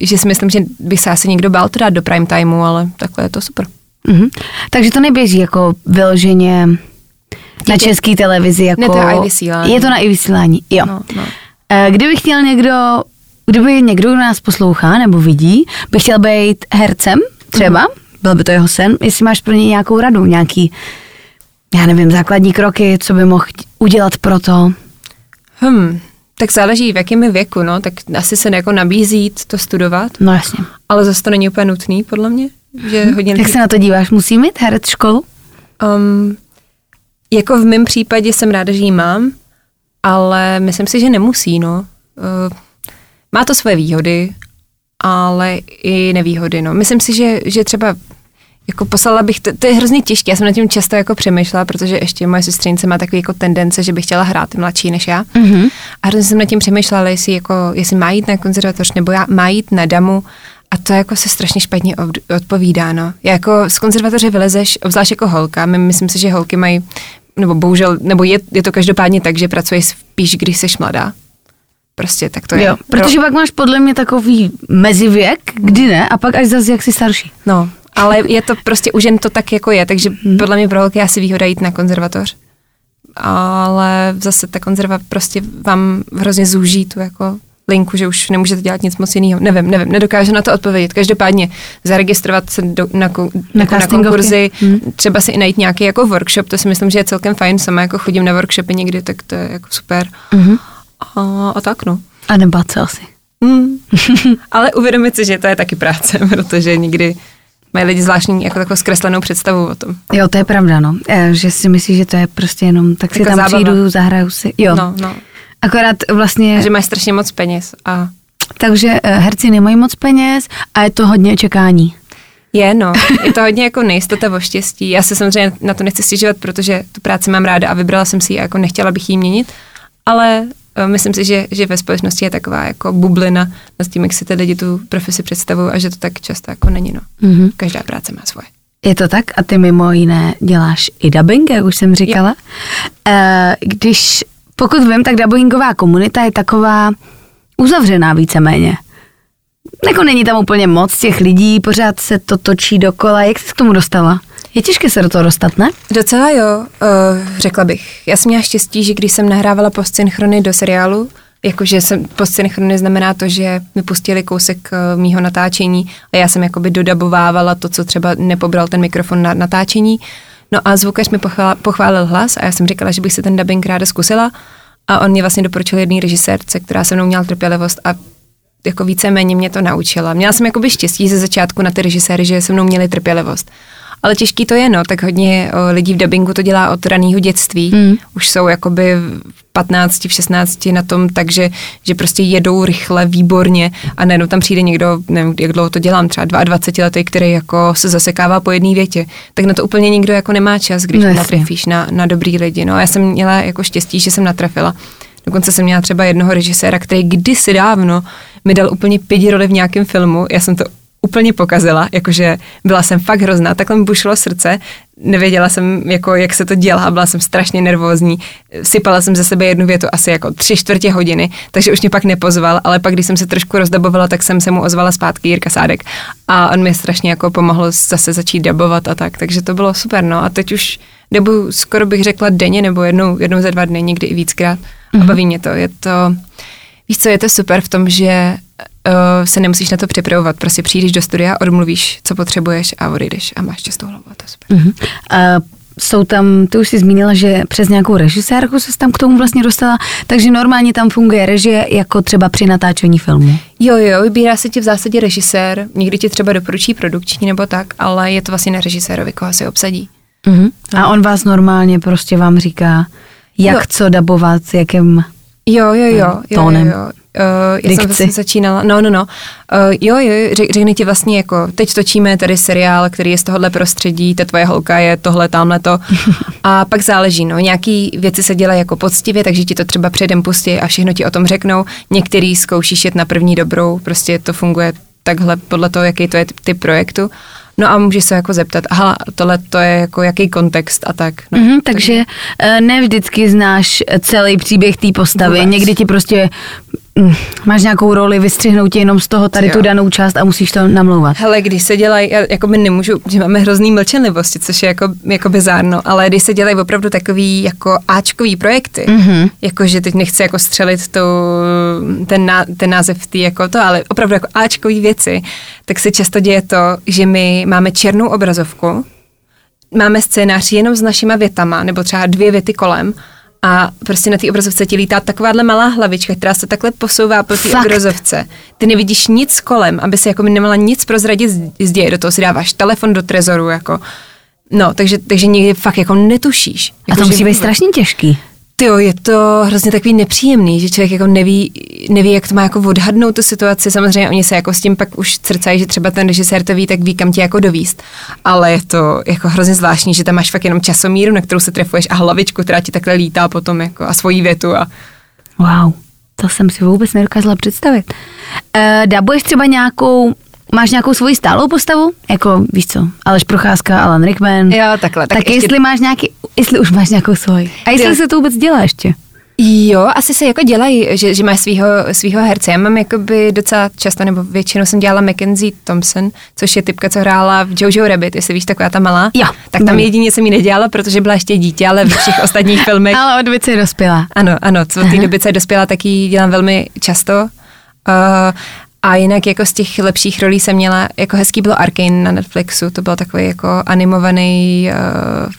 že si myslím, že by se asi někdo bál to dát do prime timeu, ale takhle je to super.
Mhm. Takže to neběží jako vyloženě na české televizi. Jako...
Ne, to je i vysílání.
Je to na i vysílání, jo.
No, no.
Eh, Kdyby chtěl někdo, kdyby někdo, kdo nás poslouchá nebo vidí, by chtěl být hercem třeba,
Mhm.
byl by to jeho sen, jestli máš pro něj nějakou radu, nějaký, já nevím, základní kroky, co by mohl udělat pro to.
Hm, tak záleží v jakém je věku, no, tak asi se jako nabízí jít to studovat,
No jasně.
ale zase to není úplně nutný, podle mě, že hodně
Jak se na to díváš? Musí mít herec školu?
Um, jako v mém případě jsem ráda, že ji mám, ale myslím si, že nemusí, no. Uh, má to své výhody, ale i nevýhody, no. Myslím si, že, že třeba jako poslala bych, to, to je hrozně těžké, já jsem nad tím často jako přemýšlela, protože ještě moje sestřenice má takový jako tendence, že by chtěla hrát je mladší než já. Mm-hmm. A hrozně jsem nad tím přemýšlela, jestli, jako, jestli má jít na konzervatoř nebo já, má jít na damu. A to jako se strašně špatně ovd- odpovídá, no. Jako z konzervatoře vylezeš, obzvlášť jako holka, my, myslím si, že holky mají, nebo bohužel, nebo je, je to každopádně tak, že pracuješ spíš, když jsi mladá. Prostě tak to je.
jo. Protože pak máš podle mě takový mezivěk, kdy ne, a pak až zase jak jsi starší.
No, ale je to prostě, už jen to tak jako je, takže podle mě pro holky je asi výhoda jít na konzervatoř. Ale zase ta konzerva prostě vám hrozně zúží tu jako linku, že už nemůžete dělat nic moc jiného. Nevím, nevím, nedokážu na to odpovědět. Každopádně zaregistrovat se do, na, ko,
Na
jako na
castingovky.
konkurzy, třeba si i najít nějaký jako workshop, to si myslím, že je celkem fajn. Sama jako chodím na workshopy někdy, tak to je jako super. A, a tak no.
A nebát se asi.
Mm. *laughs* Hmm. Ale uvědomit si, že to je taky práce, *laughs* protože nikdy mají lidi zvláštní jako takovou zkreslenou představu o tom.
Jo, to je pravda, no. Eh, Že si myslíš, že to je prostě jenom, tak si
Jako
tam
zábava.
přijdu, zahraju si. Jo.
No, no.
Akorát
A
vlastně,
že máš strašně moc peněz a
takže eh, herci nemají moc peněz a je to hodně čekání.
je, no. Je to hodně jako nejistota o štěstí. Já se samozřejmě na to nechci stěžovat, protože tu práci mám ráda a vybrala jsem si ji a jako nechtěla bych ji měnit, ale eh, myslím si, že, že ve společnosti je taková jako bublina nad tím, jak si ty lidi tu profesi představují a že to tak často jako není, no.
Mhm.
Každá práce má svoje.
Je to tak a ty mimo jiné děláš i dubbing, jak už jsem říkala. Eh, Když, pokud vím, tak dubbingová komunita je taková uzavřená víceméně. Jako není tam úplně moc těch lidí, pořád se to točí dokola. Jak jsi k tomu dostala? Je těžké se do toho dostat, ne?
Docela jo, uh, řekla bych. Já jsem měla štěstí, že když jsem nahrávala postsynchrony do seriálu, jakože jsem, postsynchrony znamená to, že mi pustili kousek uh, mýho natáčení a já jsem jakoby dodabovávala to, co třeba nepobral ten mikrofon na natáčení. No a zvukař mi pochvál, pochválil hlas a já jsem říkala, že bych si ten dubbing ráda zkusila a on mě vlastně doporučil jedný režisérce, která se mnou měla trpělivost a jako víceméně mě to naučila. Měla jsem jakoby štěstí ze začátku na ty režiséry, že se mnou měli trpělivost. Ale těžký to je, no, tak hodně o, lidí v dabingu to dělá od raného dětství. Mm.
Hmm.
Už jsou jakoby v 15, v 16 na tom, takže že prostě jedou rychle, výborně a najednou tam přijde někdo, nevím, jak dlouho to dělám, třeba 22 letý, který jako se zasekává po jedné větě. Tak na to úplně nikdo jako nemá čas, když
No
no,
jasně.
natrefíš na, na dobrý lidi. No a já jsem měla jako štěstí, že jsem natrefila. Dokonce jsem měla třeba jednoho režiséra, který kdysi dávno mi dal úplně pidi roli v nějakém filmu. Já jsem to úplně pokazila, jakože byla jsem fakt hrozná, takhle mi bušilo srdce, nevěděla jsem, jako, jak se to dělá, byla jsem strašně nervózní, sypala jsem ze sebe jednu větu asi jako tři čtvrtě hodiny, takže už mě pak nepozval, ale pak, když jsem se trošku rozdabovala, tak jsem se mu ozvala zpátky Jirka Sádek a on mi strašně jako pomohl zase začít dabovat a tak, takže to bylo super, no a teď už nebo skoro bych řekla denně, nebo jednou, jednou za dva dny, někdy i víckrát. Mm-hmm. A baví mě to. Je to, víš co, je to super v tom, že uh, se nemusíš na to připravovat. Prostě přijdeš do studia, odmluvíš, co potřebuješ a odejdeš a máš čistou hlavu. A to je super.
Mhm. A jsou tam, ty už jsi zmínila, že přes nějakou režisérku se tam k tomu vlastně dostala, takže normálně tam funguje režie jako třeba při natáčení filmu.
Jo, jo, vybírá se ti v zásadě režisér, někdy ti třeba doporučí produkční nebo tak, ale je to vlastně na režisérovi, koho se obsadí.
Mhm. A on vás normálně prostě vám říká, jak
Jo.
co dabovat, s jakým... no.
Jo, jo, jo. jo, jo,
tónem.
jo. Uh, já
Dikci.
jsem vlastně začínala, no, no, no. Uh, jo, jo, řek- řekne ti vlastně jako, teď točíme tady seriál, který je z tohohle prostředí, ta tvoje holka je tohle, tamhle to. A pak záleží, no, nějaký věci se dělají jako poctivě, takže ti to třeba předem pustí a všechno ti o tom řeknou. Některý zkoušíš jet na první dobrou, prostě to funguje takhle podle toho, jaký to je ty projektu. No a můžeš se jako zeptat, aha, tohle to je jako jaký kontext a tak. No,
Mhm, takže eh, ne vždycky znáš eh, celý příběh té postavy.
Vůbec.
Někdy ti prostě mm, máš nějakou roli, vystřihnou ti jenom z toho tady
Jo.
tu danou část a musíš to namlouvat.
Hele, když se dělají, já jako my nemůžu, že máme hrozný mlčenlivosti, což je jako, jako bizárno, ale když se dělají opravdu takový jako áčkový projekty, mm-hmm. jako že teď nechci jako střelit tu, ten, ná, ten název tý jako to, ale opravdu jako áčkový věci, tak se často děje to, že my máme černou obrazovku, máme scénář jenom s našima větama, nebo třeba dvě věty kolem, a prostě na té obrazovce ti lítá takováhle malá hlavička, která se takhle posouvá po té
Fakt?
obrazovce. Ty nevidíš nic kolem, aby se jako by nemala nic prozradit z- z děje. Do toho si dáváš telefon do trezoru, jako. No, takže, takže někdy fakt jako netušíš.
A
Jako,
to
že
musí být
vůbec.
strašně těžký.
Tyjo, je to hrozně takový nepříjemný, že člověk jako neví, neví, jak to má jako odhadnout tu situaci. Samozřejmě oni se jako s tím pak už crcají, že třeba ten režisér to ví, tak ví, kam tě jako dovíst. Ale je to jako hrozně zvláštní, že tam máš fakt jenom časomíru, na kterou se trefuješ a hlavičku, která ti takhle lítá potom jako a svoji větu a
Wow, to jsem si vůbec nedokázala představit. Uh, dabuješ třeba nějakou, máš nějakou svoji stálou postavu? Jako, víš co, Aleš Procházka, Alan Rickman.
Jo, takhle,
Tak, tak
tak ještě-
jestli máš nějaký, jestli už máš nějakou svoji. A jestli
Jo.
se to vůbec dělá ještě?
Jo, asi se jako dělají, že, že máš svýho, svýho herce. Já mám jakoby docela často, nebo většinou jsem dělala Mackenzie Thompson, což je typka, co hrála v Jojo Rabbit, jestli víš, taková ta malá.
Jo,
Tak tam
vím.
jedině jsem ji nedělala, protože byla ještě dítě, ale ve všech ostatních filmech.
Ale od věci dospěla.
Ano, ano, co od té
Aha.
doby, co je dospěla, tak ji dělám velmi často. Uh, a jinak jako z těch lepších rolí jsem měla, jako hezký bylo Arkane na Netflixu, to byl takový jako animovaný uh,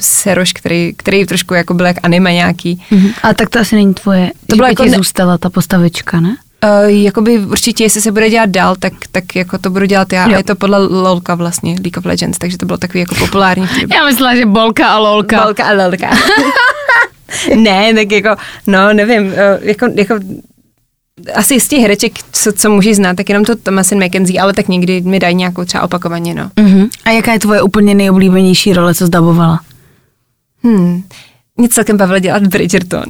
seroš, který, který trošku jako byl jak anime nějaký.
Mhm. A tak to asi není tvoje. To
byla
byla
jako
jako ti
ne-
zůstala ta postavička, ne?
Uh, jakoby určitě, jestli se bude dělat dál, tak, tak jako to budu dělat já.
Jo.
A je to podle LOLka vlastně, League of Legends, takže to bylo takový jako *laughs* populární. v té době.
Já myslela, že bolka a lolka.
Lolka a lolka. *laughs* ne, tak jako, no nevím, eh, jako, jako asi z těch hereček, co, co můžeš znát, tak jenom to Thomasin McKenzie, ale tak někdy mi dají nějakou třeba opakovaně, no.
Uh-huh. A jaká je tvoje úplně nejoblíbenější role, co zdabovala?
Hmm. Mě celkem bavilo dělat Bridgerton.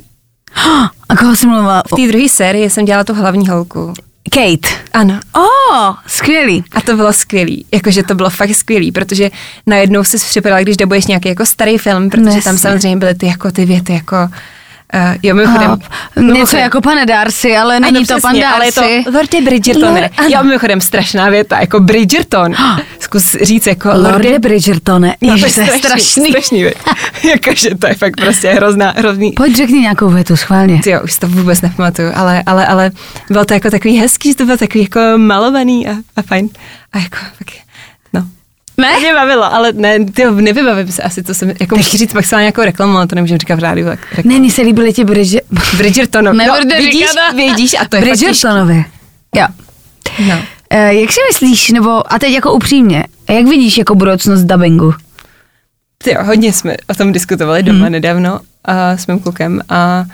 *gasps* A koho jsi mluvila?
V té druhé sérii jsem dělala tu hlavní holku.
Kate.
Ano.
Oh, skvělý.
A to bylo skvělý, jakože to bylo fakt skvělý, protože najednou jsi připadala, když dabuješ nějaký jako starý film, protože
Jasně.
tam samozřejmě byly ty jako ty věty jako, uh, jo mimochodem.
A, něco
mimochodem-
jako pane Darcy, ale není
Ano,
to pan
přesně,
Darcy.
ale je to Lorde Bridgertone.
Lord- ano.
Lord, jo, mimochodem strašná věta,
*gasps*
jako Bridgerton. Zkus říct jako
Lorde Bridgertone.
No,
Ježiš, to je strašný.
strašný. strašný věc. *laughs* Jakože to je fakt prostě hrozná, hrozný,
Pojď řekni nějakou větu, schválně.
ty jo, už si to vůbec nepamatuju, ale, ale, ale bylo to jako takový hezký, že to bylo takový jako malovaný a, a fajn. A jako, tak, no. Ne? Mě bavilo, ale ne, ty jo, nevybavím se asi, to jsem, jako můžu říct maximálně nějakou reklamu, ale to nemůžu říkat v rádiu, tak rekl-
Ne, mně se líbily ti Bridger...
Bridgertonovi.
Nebude
No, vidíš,
říkat.
vidíš, a to je fakt
Bridgertonovi. Jo.
těžký. No.
E, jak si myslíš, nebo a teď jako upřímně, jak vidíš jako budoucnost dubbingu?
Ty jo, hodně jsme o tom diskutovali doma nedávno a s mým klukem a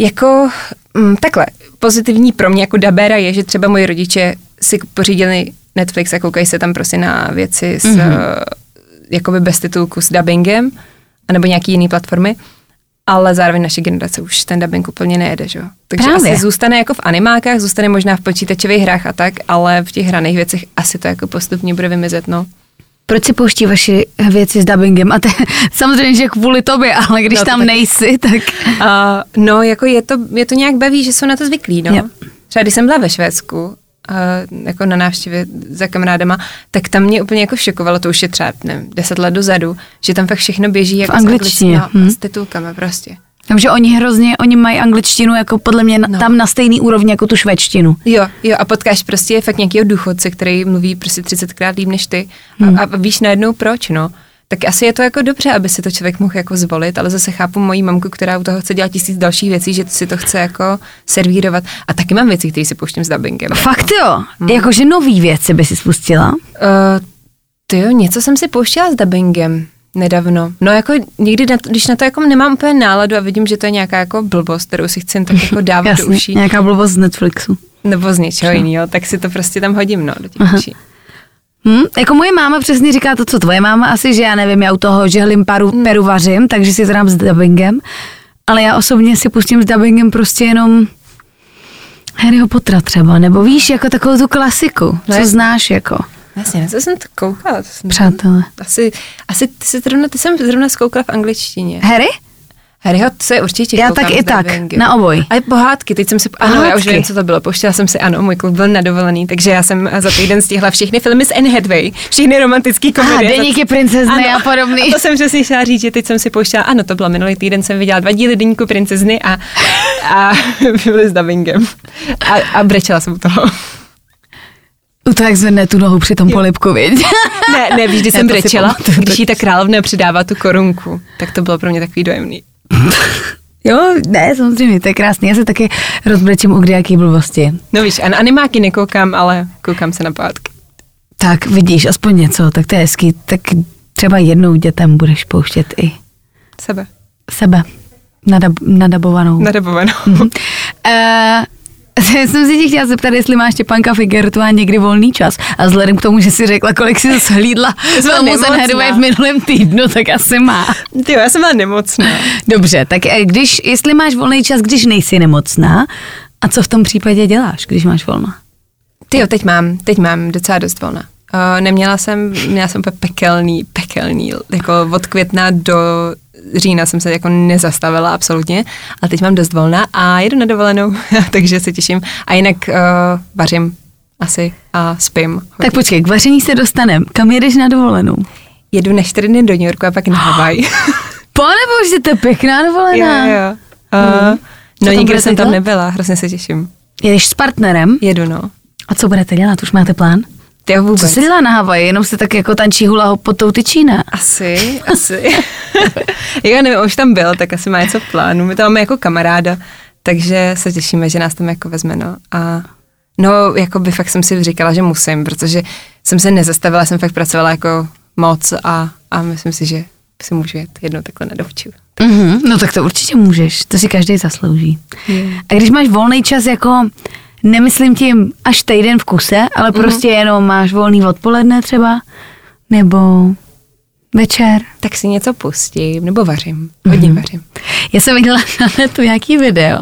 jako mm, takhle, pozitivní pro mě jako dabéra je, že třeba moji rodiče si pořídili Netflix a koukají se tam prostě na věci s, mm-hmm. jakoby bez titulku s dubbingem anebo nějaký jiný platformy, ale zároveň naše generace už ten dubbing úplně nejede, že jo. Takže
Právě.
asi zůstane jako v animákách, zůstane možná v počítačových hrách a tak, ale v těch hraných věcech asi to jako postupně bude vymizet, no.
Proč si pouští vaši věci s dubbingem? A te, *laughs* samozřejmě, že kvůli tobě, ale když no,
No, to
tam
taky.
nejsi, tak...
A, no, jako je to, je to nějak baví, že jsou na to zvyklí, no.
Jo.
Třeba když jsem byla ve Švédsku, a, jako na návštěvě za kamarádama, tak tam mě úplně jako šokovalo, to už je třeba, nevím, deset let dozadu, že tam fakt všechno běží jako
angličtině,
s, anglickýma-
hm.
s titulkama prostě.
Takže oni hrozně, oni mají angličtinu jako podle mě no. tam na stejný úrovni jako tu švédštinu.
Jo, jo, a potkáš prostě fakt nějakého důchodce, který mluví prostě 30krát líp než ty a,
Hmm.
a víš najednou proč, no. Tak asi je to jako dobře, aby si to člověk mohl jako zvolit, ale zase chápu moji mamku, která u toho chce dělat tisíc dalších věcí, že si to chce jako servírovat. A taky mám věci, které si pouštím s dubbingem.
Fakt jo, hmm. jakože nový věci by si spustila.
Uh, ty jo, něco jsem si pouštěla s dubbingem nedávno. No jako někdy, na to, když na to jako nemám úplně náladu a vidím, že to je nějaká jako blbost, kterou si chci jen
*laughs*
tak jako dávat do
Jasně,
uší,
nějaká blbost z Netflixu.
nebo z něčeho jiného, tak si to prostě tam hodím, no, do těch uší.
Hm? Jako moje máma přesně říká to, co tvoje máma asi, že já nevím, já u toho žehlím paru, hmm. peru vařím, takže si to dám s dubbingem. Ale já osobně si pustím s dubbingem prostě jenom Harryho Pottera třeba, nebo víš, jako takovou tu klasiku, co
No je-
znáš jako,
Vlastně, na co jsem to koukala? To jsem
přátelé.
Asi, asi ty, jsi zrovna, ty jsem zrovna zkoukala v angličtině.
Harry?
Harryho se určitě
Já
koukám
tak i
s
tak,
dubbingem.
na oboj.
A i pohádky, teď jsem si, ano, já už
Pohádky.
vím, co to bylo, pouštěla jsem si, ano, můj klub byl nadovolený, takže já jsem za týden stihla všechny filmy s Anne Hathaway, všechny romantické komedie.
Ah, Deníky princezny
Ano,
a podobný.
A to jsem přesně chtěla říct, že teď jsem si pouštěla, ano, to bylo minulý týden, jsem viděla dva díly Deníku princezny a, a *laughs* byly s dubbingem. A, a brečela jsem u toho.
U toho, jak No zvedne tu nohu při tom polipku, viď?
*laughs* Ne, ne, víš, když
Já
jsem
to si
brečela,
pamatuju,
když jí ta královna předává tu korunku, tak to bylo pro mě takový dojemný.
Jo, ne, samozřejmě, to je krásný. Já se taky rozbrečím u kdejaký blbosti.
No víš, a na animáky nekoukám, ale koukám se na pohádky.
Tak vidíš, aspoň něco, tak to je hezký. Tak třeba jednou dětem budeš pouštět i
Sebe.
sebe nadab,
Mm.
nadabovanou.
Nadabovanou.
Mhm. Eh, *laughs* jsem si tě chtěla zeptat, jestli má Štěpanka Figertu a někdy volný čas. A vzhledem k tomu, že si řekla, kolik jsi zhlídla
Jsem
filmu
nemocná.
Senherové v minulém týdnu, tak asi má.
*laughs* Ty jo, já jsem byla nemocná.
Dobře, tak eh, když, jestli máš volný čas, když nejsi nemocná, a co v tom případě děláš, když máš volno?
Ty jo, teď mám, teď mám docela dost volna. Uh, neměla jsem, měla jsem úplně pekelný, pekelný, jako od května do října jsem se jako nezastavila absolutně, ale teď mám dost volna a jedu na dovolenou, *laughs* takže se těším. A jinak uh, vařím asi a spím.
Tak počkej, k vaření se dostanem. Kam jedeš na dovolenou?
Jedu na čtyři dny do New Yorku
*gasps*
a pak na Havaj.
Pane bože, to je pěkná dovolená.
*laughs* jo, jo. Uh,
Hmm. Co
No
tam
nikdy
budete
jsem tam
dělat?
nebyla, hrozně se těším.
Jedeš s partnerem.
Jedu, no.
A co budete dělat? Už máte plán?
Ty jo,
Co
vůbec.
jsi dělá na Havaji? Jenom se tak jako tančí hula hop pod tou tyčí, ne?
Asi, *laughs* asi. jo, nevím, on už tam byl, tak asi má něco v plánu. My tam máme jako kamaráda, Takže se těšíme, že nás tam jako vezme, no. A no, jako by fakt jsem si říkala, že musím, protože jsem se nezastavila, jsem fakt pracovala jako moc a, a myslím si, že si můžu jet jednou takhle na dovču.
Mm-hmm, no tak to určitě můžeš, to si každý zaslouží. A když máš volný čas jako, nemyslím tím až týden v kuse, ale
Mhm.
prostě jenom máš volný odpoledne třeba, nebo večer.
Tak si něco pustím, nebo vařím,
Mhm.
hodně mm-hmm. vařím.
Já jsem viděla *laughs* na netu nějaký video.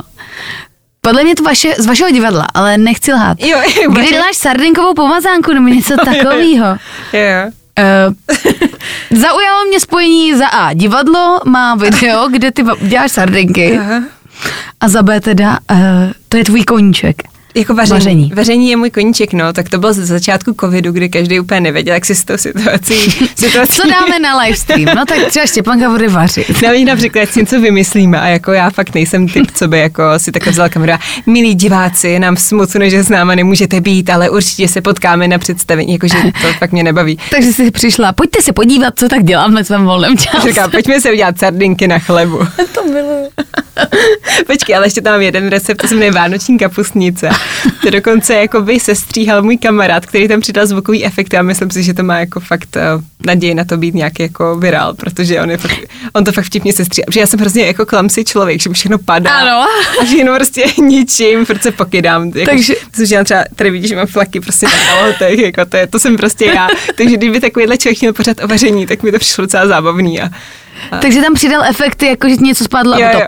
Podle mě to vaše, z vašeho divadla, ale nechci lhát.
Jo, jo,
Kde
vaše-
děláš sardinkovou pomazánku nebo něco takového?
Jo, jo.
Uh, Eh, *laughs* zaujalo mě spojení za A. Divadlo má
*laughs*
video, kde ty va- děláš sardinky.
Aha.
A za B teda, uh, to je tvůj koníček.
Jako vaření.
Vaření.
vaření. Vaření je můj koníček, no, tak to bylo ze začátku covidu, kdy každý úplně nevěděl, jak si s
*laughs*
tou situací, situací No,
Co
*laughs*
dáme na livestream? No tak třeba Štěpanka bude vařit.
Na mě například ať si něco vymyslíme a jako já fakt nejsem typ, co by jako si takhle vzal kameru a milí diváci, je nám smutno, že s náma nemůžete být, ale určitě se potkáme na představení, jakože to fakt mě nebaví.
Takže jsi přišla, pojďte se podívat, co tak dělám ve svém volném čase.
*laughs* Říká, pojďme se udělat sardinky na chlebu.
*laughs* to bylo.
*laughs* Počkej, ale ještě tam mám jeden recept, to se jmenuje Vánoční kapustnice. To dokonce jako by sestříhal můj kamarád, který tam přidal zvukový efekt a myslím si, že to má jako fakt eh, naději na to být nějaký jako virál, protože on, je fakt, on to fakt vtipně sestříhal. Protože já jsem hrozně jako klamsy člověk, že mi všechno padá.
Ano.
A že jenom prostě *laughs* ničím, protože se pokydám. Jako,
Takže-
Takže... Myslím, že já třeba tady vidíš, že mám flaky prostě na kalhotech, jako to, je, to jsem prostě já. Takže kdyby takovýhle člověk měl pořád o vaření, tak mi to přišlo docela zábavný. A,
Takže tam přidal efekty, jako že ti něco spadlo. a
Jo,
to.
jo.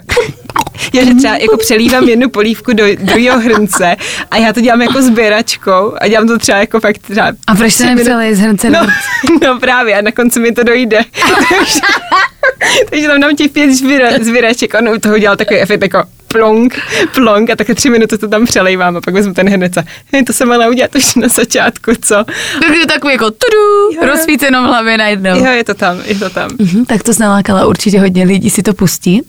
Já že třeba jako přelívám jednu polívku do druhého hrnce a já to dělám jako sběračkou a dělám to třeba jako fakt třeba...
A proč to
tři minu-
nepřeli z hrnce do
No,
hrnce?
*laughs* no právě a na konci mi to *laughs* dojde. takže, takže tam dám těch pět zběra, zběraček a on u toho dělal takový efekt jako plonk, plonk a také tři minuty to tam přelejvám a pak vezmu ten hrnec a "Hej, to jsem ale udělat už na začátku, co?
Takže takový jako tudu, rozsvíceno v hlavě najednou.
Jo, je to tam, je to tam.
Mhm, tak to nalákala určitě hodně lidí, si to pustí.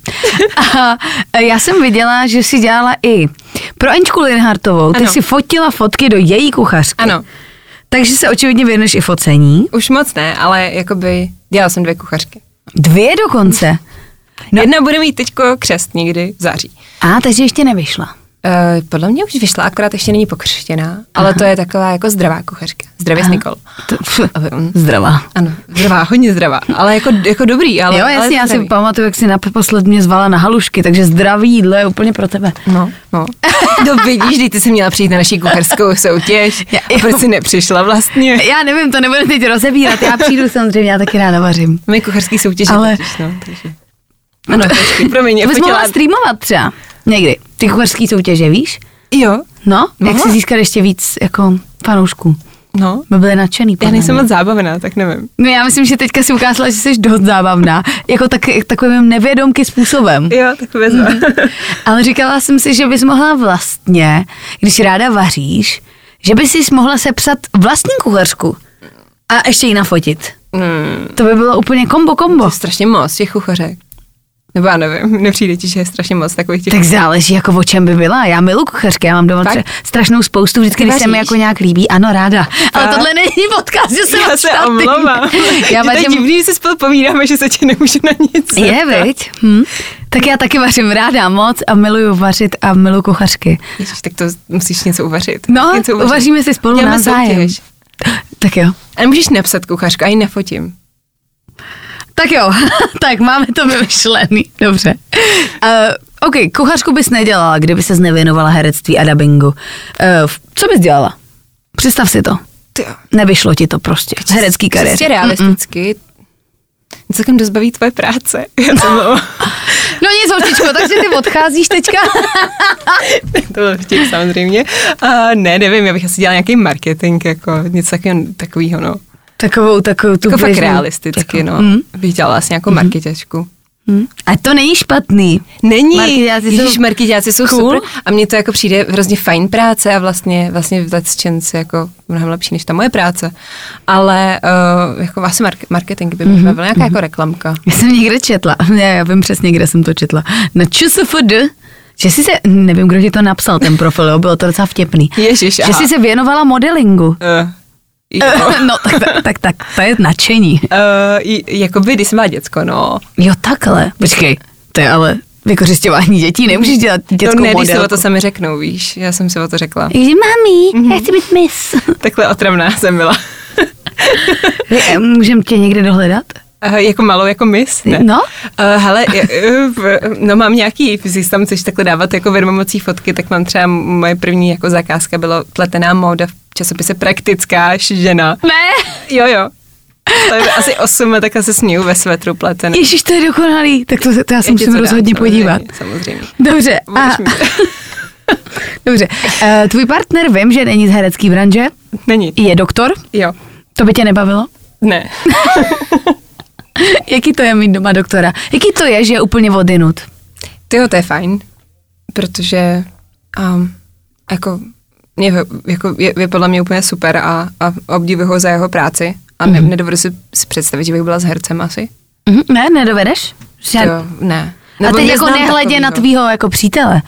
A e, já jsem viděla, že si dělala i pro Ančku Linhartovou, ty
Ano.
si fotila fotky do její kuchařky.
Ano.
Takže se očividně věnuješ i focení.
Už moc ne, ale jakoby dělala jsem dvě kuchařky.
Dvě dokonce. No.
No. Jedna bude mít teďko křest někdy v září.
A, takže ještě nevyšla.
Uh, podle mě už vyšla, akorát ještě není pokřtěná, ale to je taková jako zdravá kuchařka. Zdravě s Nikol. *laughs*
To, pf,
Ehm,
zdravá.
Ano, zdravá, hodně zdravá, ale jako, jako dobrý, ale
jo,
ale
jasně, já si
zdravý.
pamatuju, jak jsi naposled mě zvala na halušky, takže zdravý jídlo je úplně pro tebe.
No, no. No vidíš, když ty jsi měla přijít na naší kuchařskou soutěž.
*laughs* Já-
A proč jsi
*laughs*
nepřišla vlastně?
Já nevím, to nebudu teď rozebírat, já přijdu samozřejmě, já taky ráda vařím.
My kuchařský soutěž
Ale-
ale... no, takže... Ano, počkej, promiň,
Ty bys
chtěla-
mohla streamovat třeba někdy, ty kuchařský soutěže, víš?
Jo,
No, Mohla. jak
Mohla.
si získat ještě víc jako fanoušků?
no.
By byli nadšený.
Já
podle
nejsem
mě.
moc zábavená, tak nevím.
No já myslím, že teďka si ukázala, že jsi dost zábavná. Jako tak, takovým nevědomky způsobem.
Jo, tak vezme.
Mhm. Ale říkala jsem si, že bys mohla vlastně, když ráda vaříš, že bys si mohla sepsat vlastní kuchařku. A ještě ji nafotit.
Mm.
To by bylo úplně kombo kombo.
To je strašně moc těch kuchařek. Nebo já nevím, nepřijde ti, že je strašně moc takových těch...
Tak záleží, jako o čem by byla. Já milu kuchařky, já mám doma
Fakt?
tře- strašnou spoustu, vždycky,
Ty
když se mi
vaříš?
jako nějak líbí, ano, ráda. Ale
Fakt?
tohle není podcast, že se
já se
nadštáty.
omlouvám.
Já
Já to je
vařím
divný, že se spolu povídáme, že se tě nemůžu na nic
Je,
zeptat.
viď? Hm. Tak já taky vařím ráda moc a miluju vařit a miluju kuchařky.
Ježiš, tak to musíš něco uvařit.
No,
něco
uvaříme si spolu
Děláme
navzájem.
soutěž.
Tak jo.
A nemůžeš napsat kuchařku, ani nefotím.
Tak jo, *laughs* tak máme to vymyšlený. Dobře. Uh, OK, kuchařku bys nedělala, kdyby ses nevěnovala herectví a dubbingu. Uh, co bys dělala? Představ si to.
Ty jo.
Nevyšlo ti to prostě. Herecký kariér.
Prostě realisticky. Mm-mm. Celkem dost baví tvoje práce. *laughs* Já to mám.
No nic, holčičko, takže ty odcházíš teďka.
to byl vtip samozřejmě. A ne, nevím, já bych asi dělala nějaký marketing, jako něco takového, takovýho, no.
*laughs* Takovou, takovou tu
Jako fakt
běžnou-
realisticky,
jako,
no.
mm,
Bych dělala asi nějakou marketačku.
mm. A to není špatný.
Není.
Marketáci jsou
Ježíš, marketáci jsou
cool.
cool. super. A mně to jako přijde hrozně fajn práce a vlastně, vlastně v Let's Chance jako mnohem lepší než ta moje práce. Ale uh, jako asi mark- marketing by mě mm-hmm. bavil, nějaká mm-hmm. jako reklamka.
Já jsem někde četla, *laughs* ne, já vím přesně, kde jsem to četla. Na ČSFD, že jsi se, nevím, kdo ti to napsal, ten profil, jo, bylo to docela vtipný.
Ježiš,
Že
aha.
jsi se věnovala modelingu.
Uh, *laughs*
*laughs* no, tak, tak, tak, tak, to je nadšení.
eh, Uh, jakoby, když jsem má děcko, no.
Jo, takhle. Počkej, to je ale vykořišťování dětí, nemůžeš dělat dětskou
to ne, když se
modelku.
o to Mhm. sami řeknou, víš. Já jsem si o to řekla.
Takže mami, mm-hmm. já chci být mis.
Takhle otravná jsem byla. *laughs*
*laughs* Můžeme tě někde dohledat?
Eh, Jako malou, jako mis, ne?
No.
Uh, hele, je- eh, v- no mám nějaký, když tam chceš takhle dávat jako vědomocí fotky, tak mám třeba, moje první jako zakázka byla pletená móda v časopise Praktická žena.
Ne.
Jo, jo. To je asi 8 a takhle se sníhu ve svetru pletený.
Ježíš, to je dokonalý. Tak to, to já se
Já ti
musím
to dám,
rozhodně
samozřejmě,
podívat.
Samozřejmě.
Dobře. A,
Budeš mít-
*laughs* dobře. Uh, tvůj partner vím, že není z herecký branže.
Není.
Je doktor.
Jo.
To by tě nebavilo? *laughs*
Ne.
Jaký to je mít doma doktora? Jaký to je, že je úplně odinut?
Tyjo, to je fajn, protože um, jako, je, jako je, je podle mě úplně super a, a obdivuji ho za jeho práci. A ne, nedovedu si, si představit, že bych byla s hercem asi.
Mhm, Ne, nedovedeš? Že...
Tyjo, ne.
A
Nebo
teď jako
neznám
nehledě na
takovýho.
tvýho jako přítele.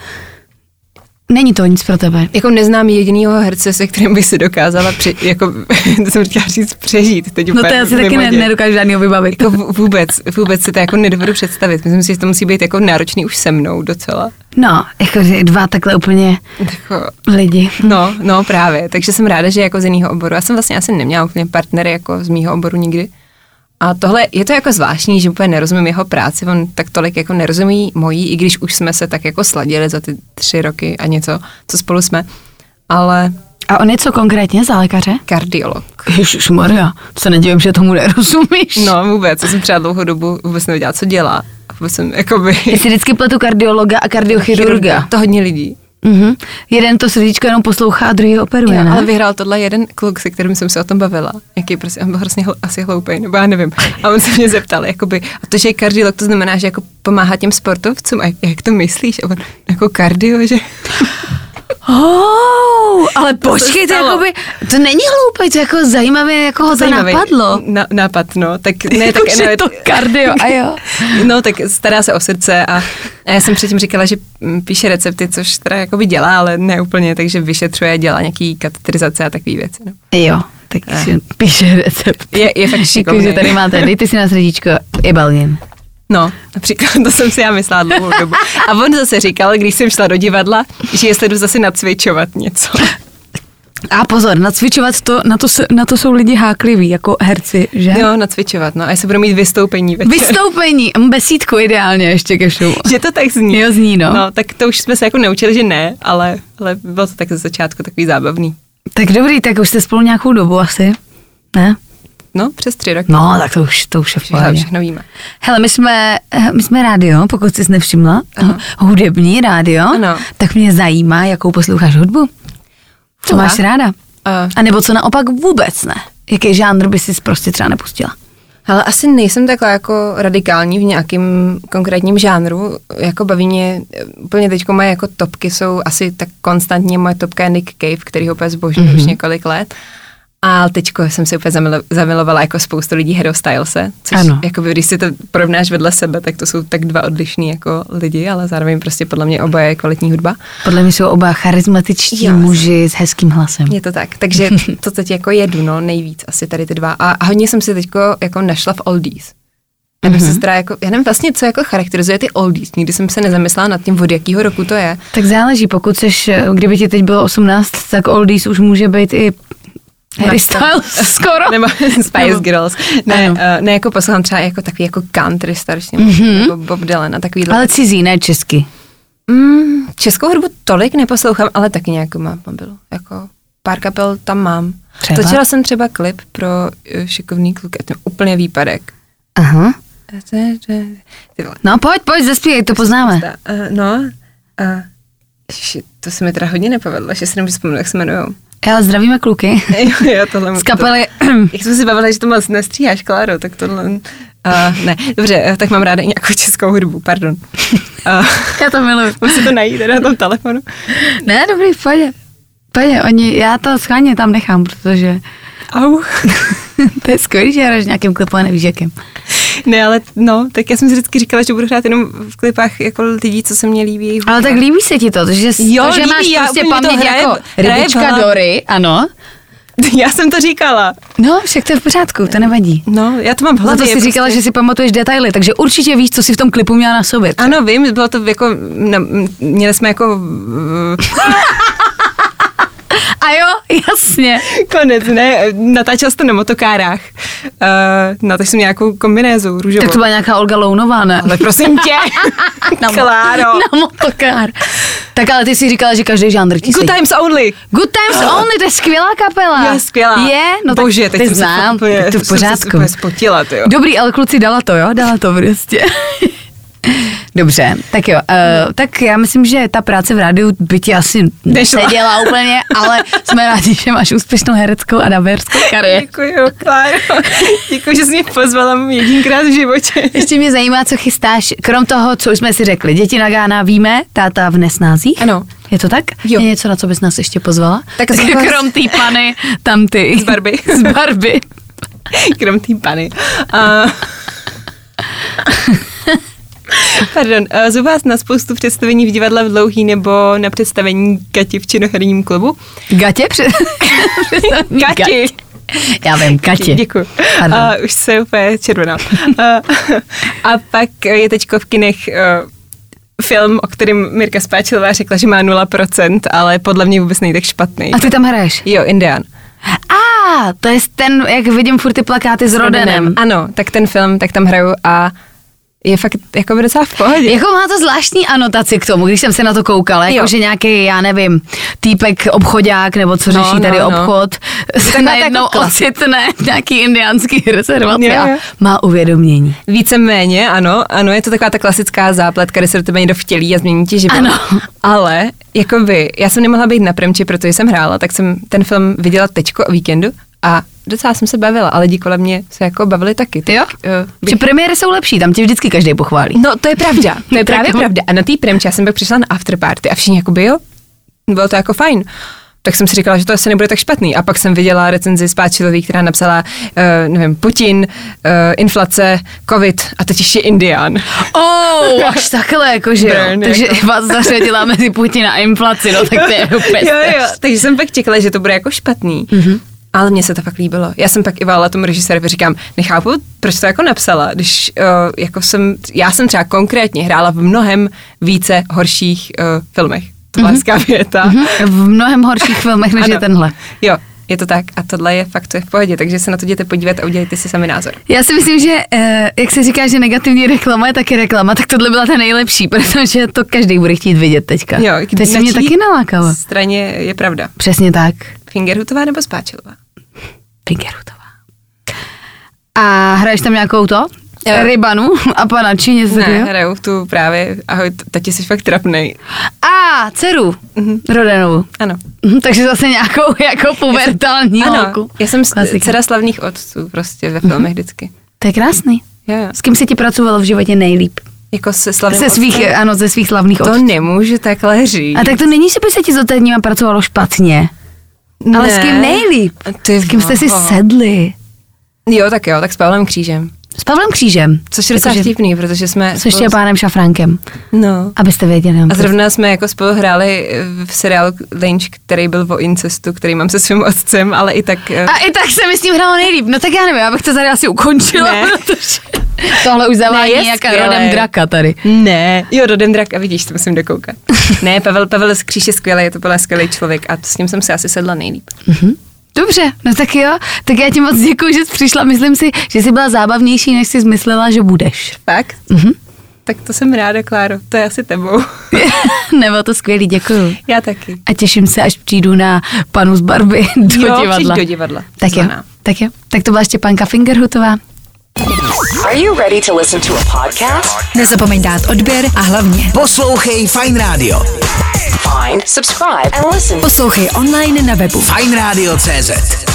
Není to nic pro tebe.
Jako neznám jedinýho herce, se kterým bych si dokázala při, jako, *laughs* to jsem chtěla říct, přežít. Teď
No
úplně
to já si taky
mimo
ne,
děj.
nedokážu žádnýho vybavit.
Jako vů- vůbec, vůbec si to jako nedovedu představit. Myslím si, že to musí být jako náročný už se mnou docela.
No, jako že dva takhle úplně
Jako,
lidi.
No, no právě, takže jsem ráda, že jako z jiného oboru. Já jsem vlastně asi neměla úplně partnery jako z mýho oboru nikdy. A tohle, je to jako zvláštní, že úplně nerozumím jeho práci, on tak tolik jako nerozumí mojí, i když už jsme se tak jako sladili za ty tři roky a něco, co spolu jsme. Ale
A on je co konkrétně za lékaře?
kardiolog.
Ježišmarja, to se nedivím, že tomu nerozumíš.
No vůbec, já jsem třeba dlouhou dobu vůbec nevěděla, co dělá. A vůbec jsem jakoby...
Já si vždycky pletu kardiologa a kardiochirurga.
To hodně lidí.
Mhm. Jeden to srdíčko jenom poslouchá a druhý ho operuje,
Jo,
ne?
ale vyhrál tohle jeden kluk, se kterým jsem se o tom bavila. Jaký prostě, on byl hrozně hl- asi hloupej, nebo já nevím. A on se mě zeptal, jakoby, a to, že je kardiolog, to znamená, že jako pomáhá těm sportovcům. A jak- jak to myslíš? A on, jako kardio, že?
Oh, ale
To se
počkej, to,
stalo.
jakoby, to není hloupé, to je jako zajímavé, jako ho to
Zajímavý
napadlo.
Na, nápad, no. Tak, ne,
Jako, *laughs*
tak,
že
ne,
to kardio, a jo.
*laughs* No, tak stará se o srdce a, a já jsem předtím říkala, že mm, píše recepty, což teda jakoby dělá, ale ne úplně, takže vyšetřuje, dělá nějaký katetrizace a takové věci. No.
Jo, tak si píše recept.
Je, je fakt šikovný.
Jakože tady *laughs* máte, dejte si na srdíčko, je balvin.
No, například to jsem si já myslela dlouhou dobu. A on zase říkal, když jsem šla do divadla, že jestli jdu zase nacvičovat něco.
A pozor, nacvičovat to, na to, se- na to jsou lidi hákliví, jako herci, že? *laughs*
Jo, nacvičovat, no. A jestli budu mít vystoupení večer.
Vystoupení, m, besídku ideálně ještě ke všemu.
*laughs* Že to tak zní.
Jo, zní, no.
No, tak to už jsme se jako naučili, že ne, ale, ale bylo to tak ze začátku takový zábavný.
Tak dobrý, tak už jste spolu nějakou dobu asi, ne?
No, přes tři roky.
No, tak to už, to už je v
Všechno,
pohodě.
všechno víme.
Hele, my jsme, eh, my jsme rádio, pokud jsi nevšimla, hudební rádio,
Ano.
tak mě zajímá, jakou posloucháš hudbu. Co
Tohle?
máš ráda?
A-
A nebo co naopak vůbec ne? Jaký žánr by si prostě třeba nepustila?
Ale asi nejsem takhle jako radikální v nějakém konkrétním žánru. Jako baví mě, eh, úplně teď moje jako topky jsou asi tak konstantně, moje topka je Nick Cave, který ho úplně zbožňuji mm-hmm. už několik let. A teď jsem se úplně zamilo- zamilovala jako spoustu lidí Hero Stylese, což
Ano.
jako když si to porovnáš vedle sebe, tak to jsou tak dva odlišní jako lidi, ale zároveň prostě podle mě oba je kvalitní hudba.
Podle mě jsou oba charismatičtí
Jo.
muži s hezkým hlasem.
Je to tak, takže *laughs* to teď jako jedu, no, nejvíc asi tady ty dva. A, a hodně jsem si teď jako našla v oldies. Nebo mm-hmm. se teda jako, já nevím vlastně, co jako charakterizuje ty oldies. Nikdy jsem se nezamyslela nad tím, od jakého roku to je.
Tak záleží, pokud seš, eh, kdyby ti teď bylo 18, tak oldies už může být i Harry Styles *laughs* skoro.
*laughs* Nebo Spice
Nebo-
Girls. Ne,
Ano.
uh, ne jako poslouchám třeba jako takový jako country starší, mm-hmm. nebo Bob Dylan a takovýhle.
Ale cizí, ne česky.
Mm, českou hudbu tolik neposlouchám, ale taky nějakou mám v mobilu. Jako pár kapel tam mám.
Třeba?
Točila jsem třeba klip pro eh, šikovný kluk, a to je úplně výpadek.
Aha.
Ty vole.
No pojď, pojď, zaspívej, to poznáme.
Ta, uh, no, uh, ježiši, to se mi teda hodně nepovedlo, že si nemůžu vzpomenout, jak se jmenujou.
Ale zdravíme kluky.
*laughs* jo, jo, tohle
Z kapely,
Jak jsme si bavili, že to moc nestříháš, Kláro, tak tohle... Uh, ne, dobře, eh, tak mám ráda i nějakou českou hudbu, pardon. Uh,
*laughs* já to
*laughs*
miluji.
musím to najít teda na tom telefonu.
*laughs* Ne, dobrý, pojď. Pojď, oni, já to schválně tam nechám, protože *laughs*
Au. *laughs*
to je skvělý, že hraješ v nějakým klipu a nevíš jakým.
Ne, ale no, tak já jsem si vždycky říkala, že budu hrát jenom v klipách jako lidí, co se mně líbí. jejich
Ale
hudba.
tak líbí se ti to, že,
Jo,
to, že
líbí,
máš
já
prostě
úplně mi to
paměť
hraje-
jako
hraje v
rybička
hlavě.
Dory, ano.
*laughs* Já jsem to říkala.
No, však to je v pořádku, to nevadí.
No, já to mám v
Za
hlavě.
to jsi
prostě-
říkala, že si pamatuješ detaily, takže určitě víš, co si v tom klipu měla na sobě.
Ano, vím, bylo to jako, na, m, měli jsme jako mm,
A jo, jasně.
*laughs* konec, ne, natáčel jsi to na motokárách. Uh, natáčel jsem nějakou kombinézu růžovou.
Tak to byla nějaká Olga Lounová, ne?
Ale prosím tě,
*laughs* Na mo-
Kláro.
Na motokár. Tak ale ty jsi říkala, že každý žánr ti
Good
sedí. Ah.
times only.
Good Times Only, to je skvělá kapela.
Je skvělá.
Je? No tak
Bože, teď
ty
jsem se
znám,
fakt úplně-
teď to
jsem
v
se
pořádku.
úplně spotila, tyjo.
Dobrý, ale kluci dala to, jo? Dala to prostě. *laughs* Dobře, tak jo, uh, tak já myslím, že ta práce v rádiu by ti asi
Nešla.
neseděla úplně, ale jsme rádi, že máš úspěšnou hereckou a dabérskou kariéru.
Děkuji, Kláro. Děkuji, že jsi mě pozvala jedinkrát v životě. *laughs*
Ještě mě zajímá, co chystáš, krom toho, co už jsme si řekli. Děti na Gána víme, táta v nesnázích.
Ano.
Je to tak?
Jo.
Je něco, na co bys nás ještě pozvala?
Tak zase-
*laughs* krom té pany, tam ty.
Z Barbie.
Z Barbie.
Krom té pany. Eh, A... *laughs* Pardon, eh, zvu vás na spoustu představení v divadle v Dlouhý nebo na představení Kati v činoherním klubu.
Gatě?
*laughs*
Před... představení
Kati.
Já vím, Katě.
Děkuji.
Pardon.
A už se úplně
*laughs*
červená. A, a pak je teď v kinech eh, film, o kterém Mirka Spáčilová řekla, že má 0%, ale podle mě vůbec není tak špatný.
A ty tam hraješ?
Jo, Indian.
A, ah, to je ten, jak vidím furt ty plakáty s Rodenem.
Ano, tak ten film, tak tam hraju a je fakt jako docela v
*laughs*
pohodě.
Jako má to zvláštní anotaci k tomu, když jsem se na to koukala,
Jo.
jakože nějaký, já nevím, týpek obchodák nebo co
No,
řeší tady
no, no.
obchod, se *laughs*
taková ta
najednou
kokla.
ocitne v nějaký indiánský *laughs* rezervaci
Jo,
a
jo.
má uvědomění.
Víceméně, ano, ano, je to taková ta klasická zápletka, kde se do tebe někdo vtělí a změní ti život.
Ano.
Ale, jako by, já jsem nemohla být na premči, protože jsem hrála, tak jsem ten film viděla teďko o víkendu a docela jsem se bavila, ale lidi kolem mě se jako bavili taky. Tak,
Jo?
eh, bych-
Že premiéry jsou lepší, tam tě vždycky každý pochválí.
No, to je pravda, *laughs* to je
Tak
právě
jo.
pravda. A na té premči já jsem pak přišla na afterparty a všichni jako by jo, bylo to jako fajn. Tak jsem si říkala, že to asi nebude tak špatný. A pak jsem viděla recenzi Spáčilový, která napsala, uh, nevím, Putin, uh, inflace, covid a teď ještě Indián.
Oh, *laughs* až takhle, jakože jo.
Burn,
Takže
No. jako.
*laughs* vás zařadila mezi Putina a inflaci, no tak to *laughs*
*laughs*
je úplně
jo, jo, takže jsem pak čekala, že to bude jako špatný.
Mhm.
Mm-hmm. Ale mně se to fakt líbilo. Já jsem pak i válala tomu režisérovi, říkám, nechápu, proč to jako napsala, když uh, jako jsem, já jsem třeba konkrétně hrála v mnohem více horších uh, filmech. To byla hezká věta.
Hm, V mnohem horších filmech, Mhm. než
Ano.
je tenhle.
Jo, je to tak a tohle je fakt, to je v pohodě, takže se na to jděte podívat a udělejte si sami názor.
Já si myslím, že eh, jak se říká, že negativní reklama je taky reklama, tak tohle byla ta nejlepší, *laughs* protože to každý bude chtít vidět teďka.
Jo,
Teď se
na
mě
čí
taky nalákala.
straně je pravda.
Přesně tak.
Fingerhutová nebo Spáčilová?
Pinkerutová. A hraješ tam nějakou to?
Jo.
Rybanu a pana Čině
Ne, hraju tu právě, ahoj, tati jsi fakt trapnej. Mhm.
A dceru Rodenovu. *laughs*
Ano.
Mhm, Takže zase nějakou jako pubertální
Ano,
holku.
já jsem s-
Klasika.
dcera slavných otců prostě ve filmech vždycky.
To je krásný.
Jo, jo.
Mhm. S kým se ti pracovalo v životě nejlíp?
Jako se slavným
Ze svých,
otcem?
ano, ze svých slavných
To
otců.
nemůžu takhle říct.
A tak to není, že by se ti za týdníma pracovalo špatně. Ale s kým
Ne.
nejlíp?
Ty
s kým jste si
vole.
sedli?
Jo, tak jo, tak s Pavlem Křížem.
S Pavlem Křížem.
Což je docela
Jakože-
vtipný, protože jsme...
S Štěpánem Šafránkem,
No.
abyste věděli.
A zrovna jsme jako spolu hráli v seriálu Lynch, který byl o incestu, který mám se svým otcem, ale i tak... eh,
a i tak se mi s ním hrálo nejlíp. No tak já nevím, abych to tady asi ukončila,
Ne.
protože
*laughs*
tohle už zavání
je
jak
skvělé.
rodem draka tady.
Ne. Jo, rodem drak a vidíš, to
*laughs*
musím dokoukat. ne, Pavel, Pavel z Kříž je skvělý, je to byl skvělý člověk a s ním jsem se asi sedla nejlíp.
Dobře, no tak jo, tak já ti moc děkuji, že jsi přišla. Myslím si, že jsi byla zábavnější, než jsi myslela, že
*laughs*
budeš.
Fakt?
Mhm.
Tak to jsem ráda, Kláro, to je asi tebou. *laughs*
Nebo to skvělý, děkuji.
Já taky.
A těším se, až přijdu na panu z Barby *laughs* do
jo,
divadla.
přijď do divadla.
Tak jo,
Zvaná.
tak jo. Tak to byla Štěpánka Fingerhutová.
Are you ready to listen to a podcast?
Nezapomeň dát odběr a hlavně
Poslouchej Fine Radio.
Find, subscribe, and listen.
poslouchej online na webu.
Fine Radio CZ.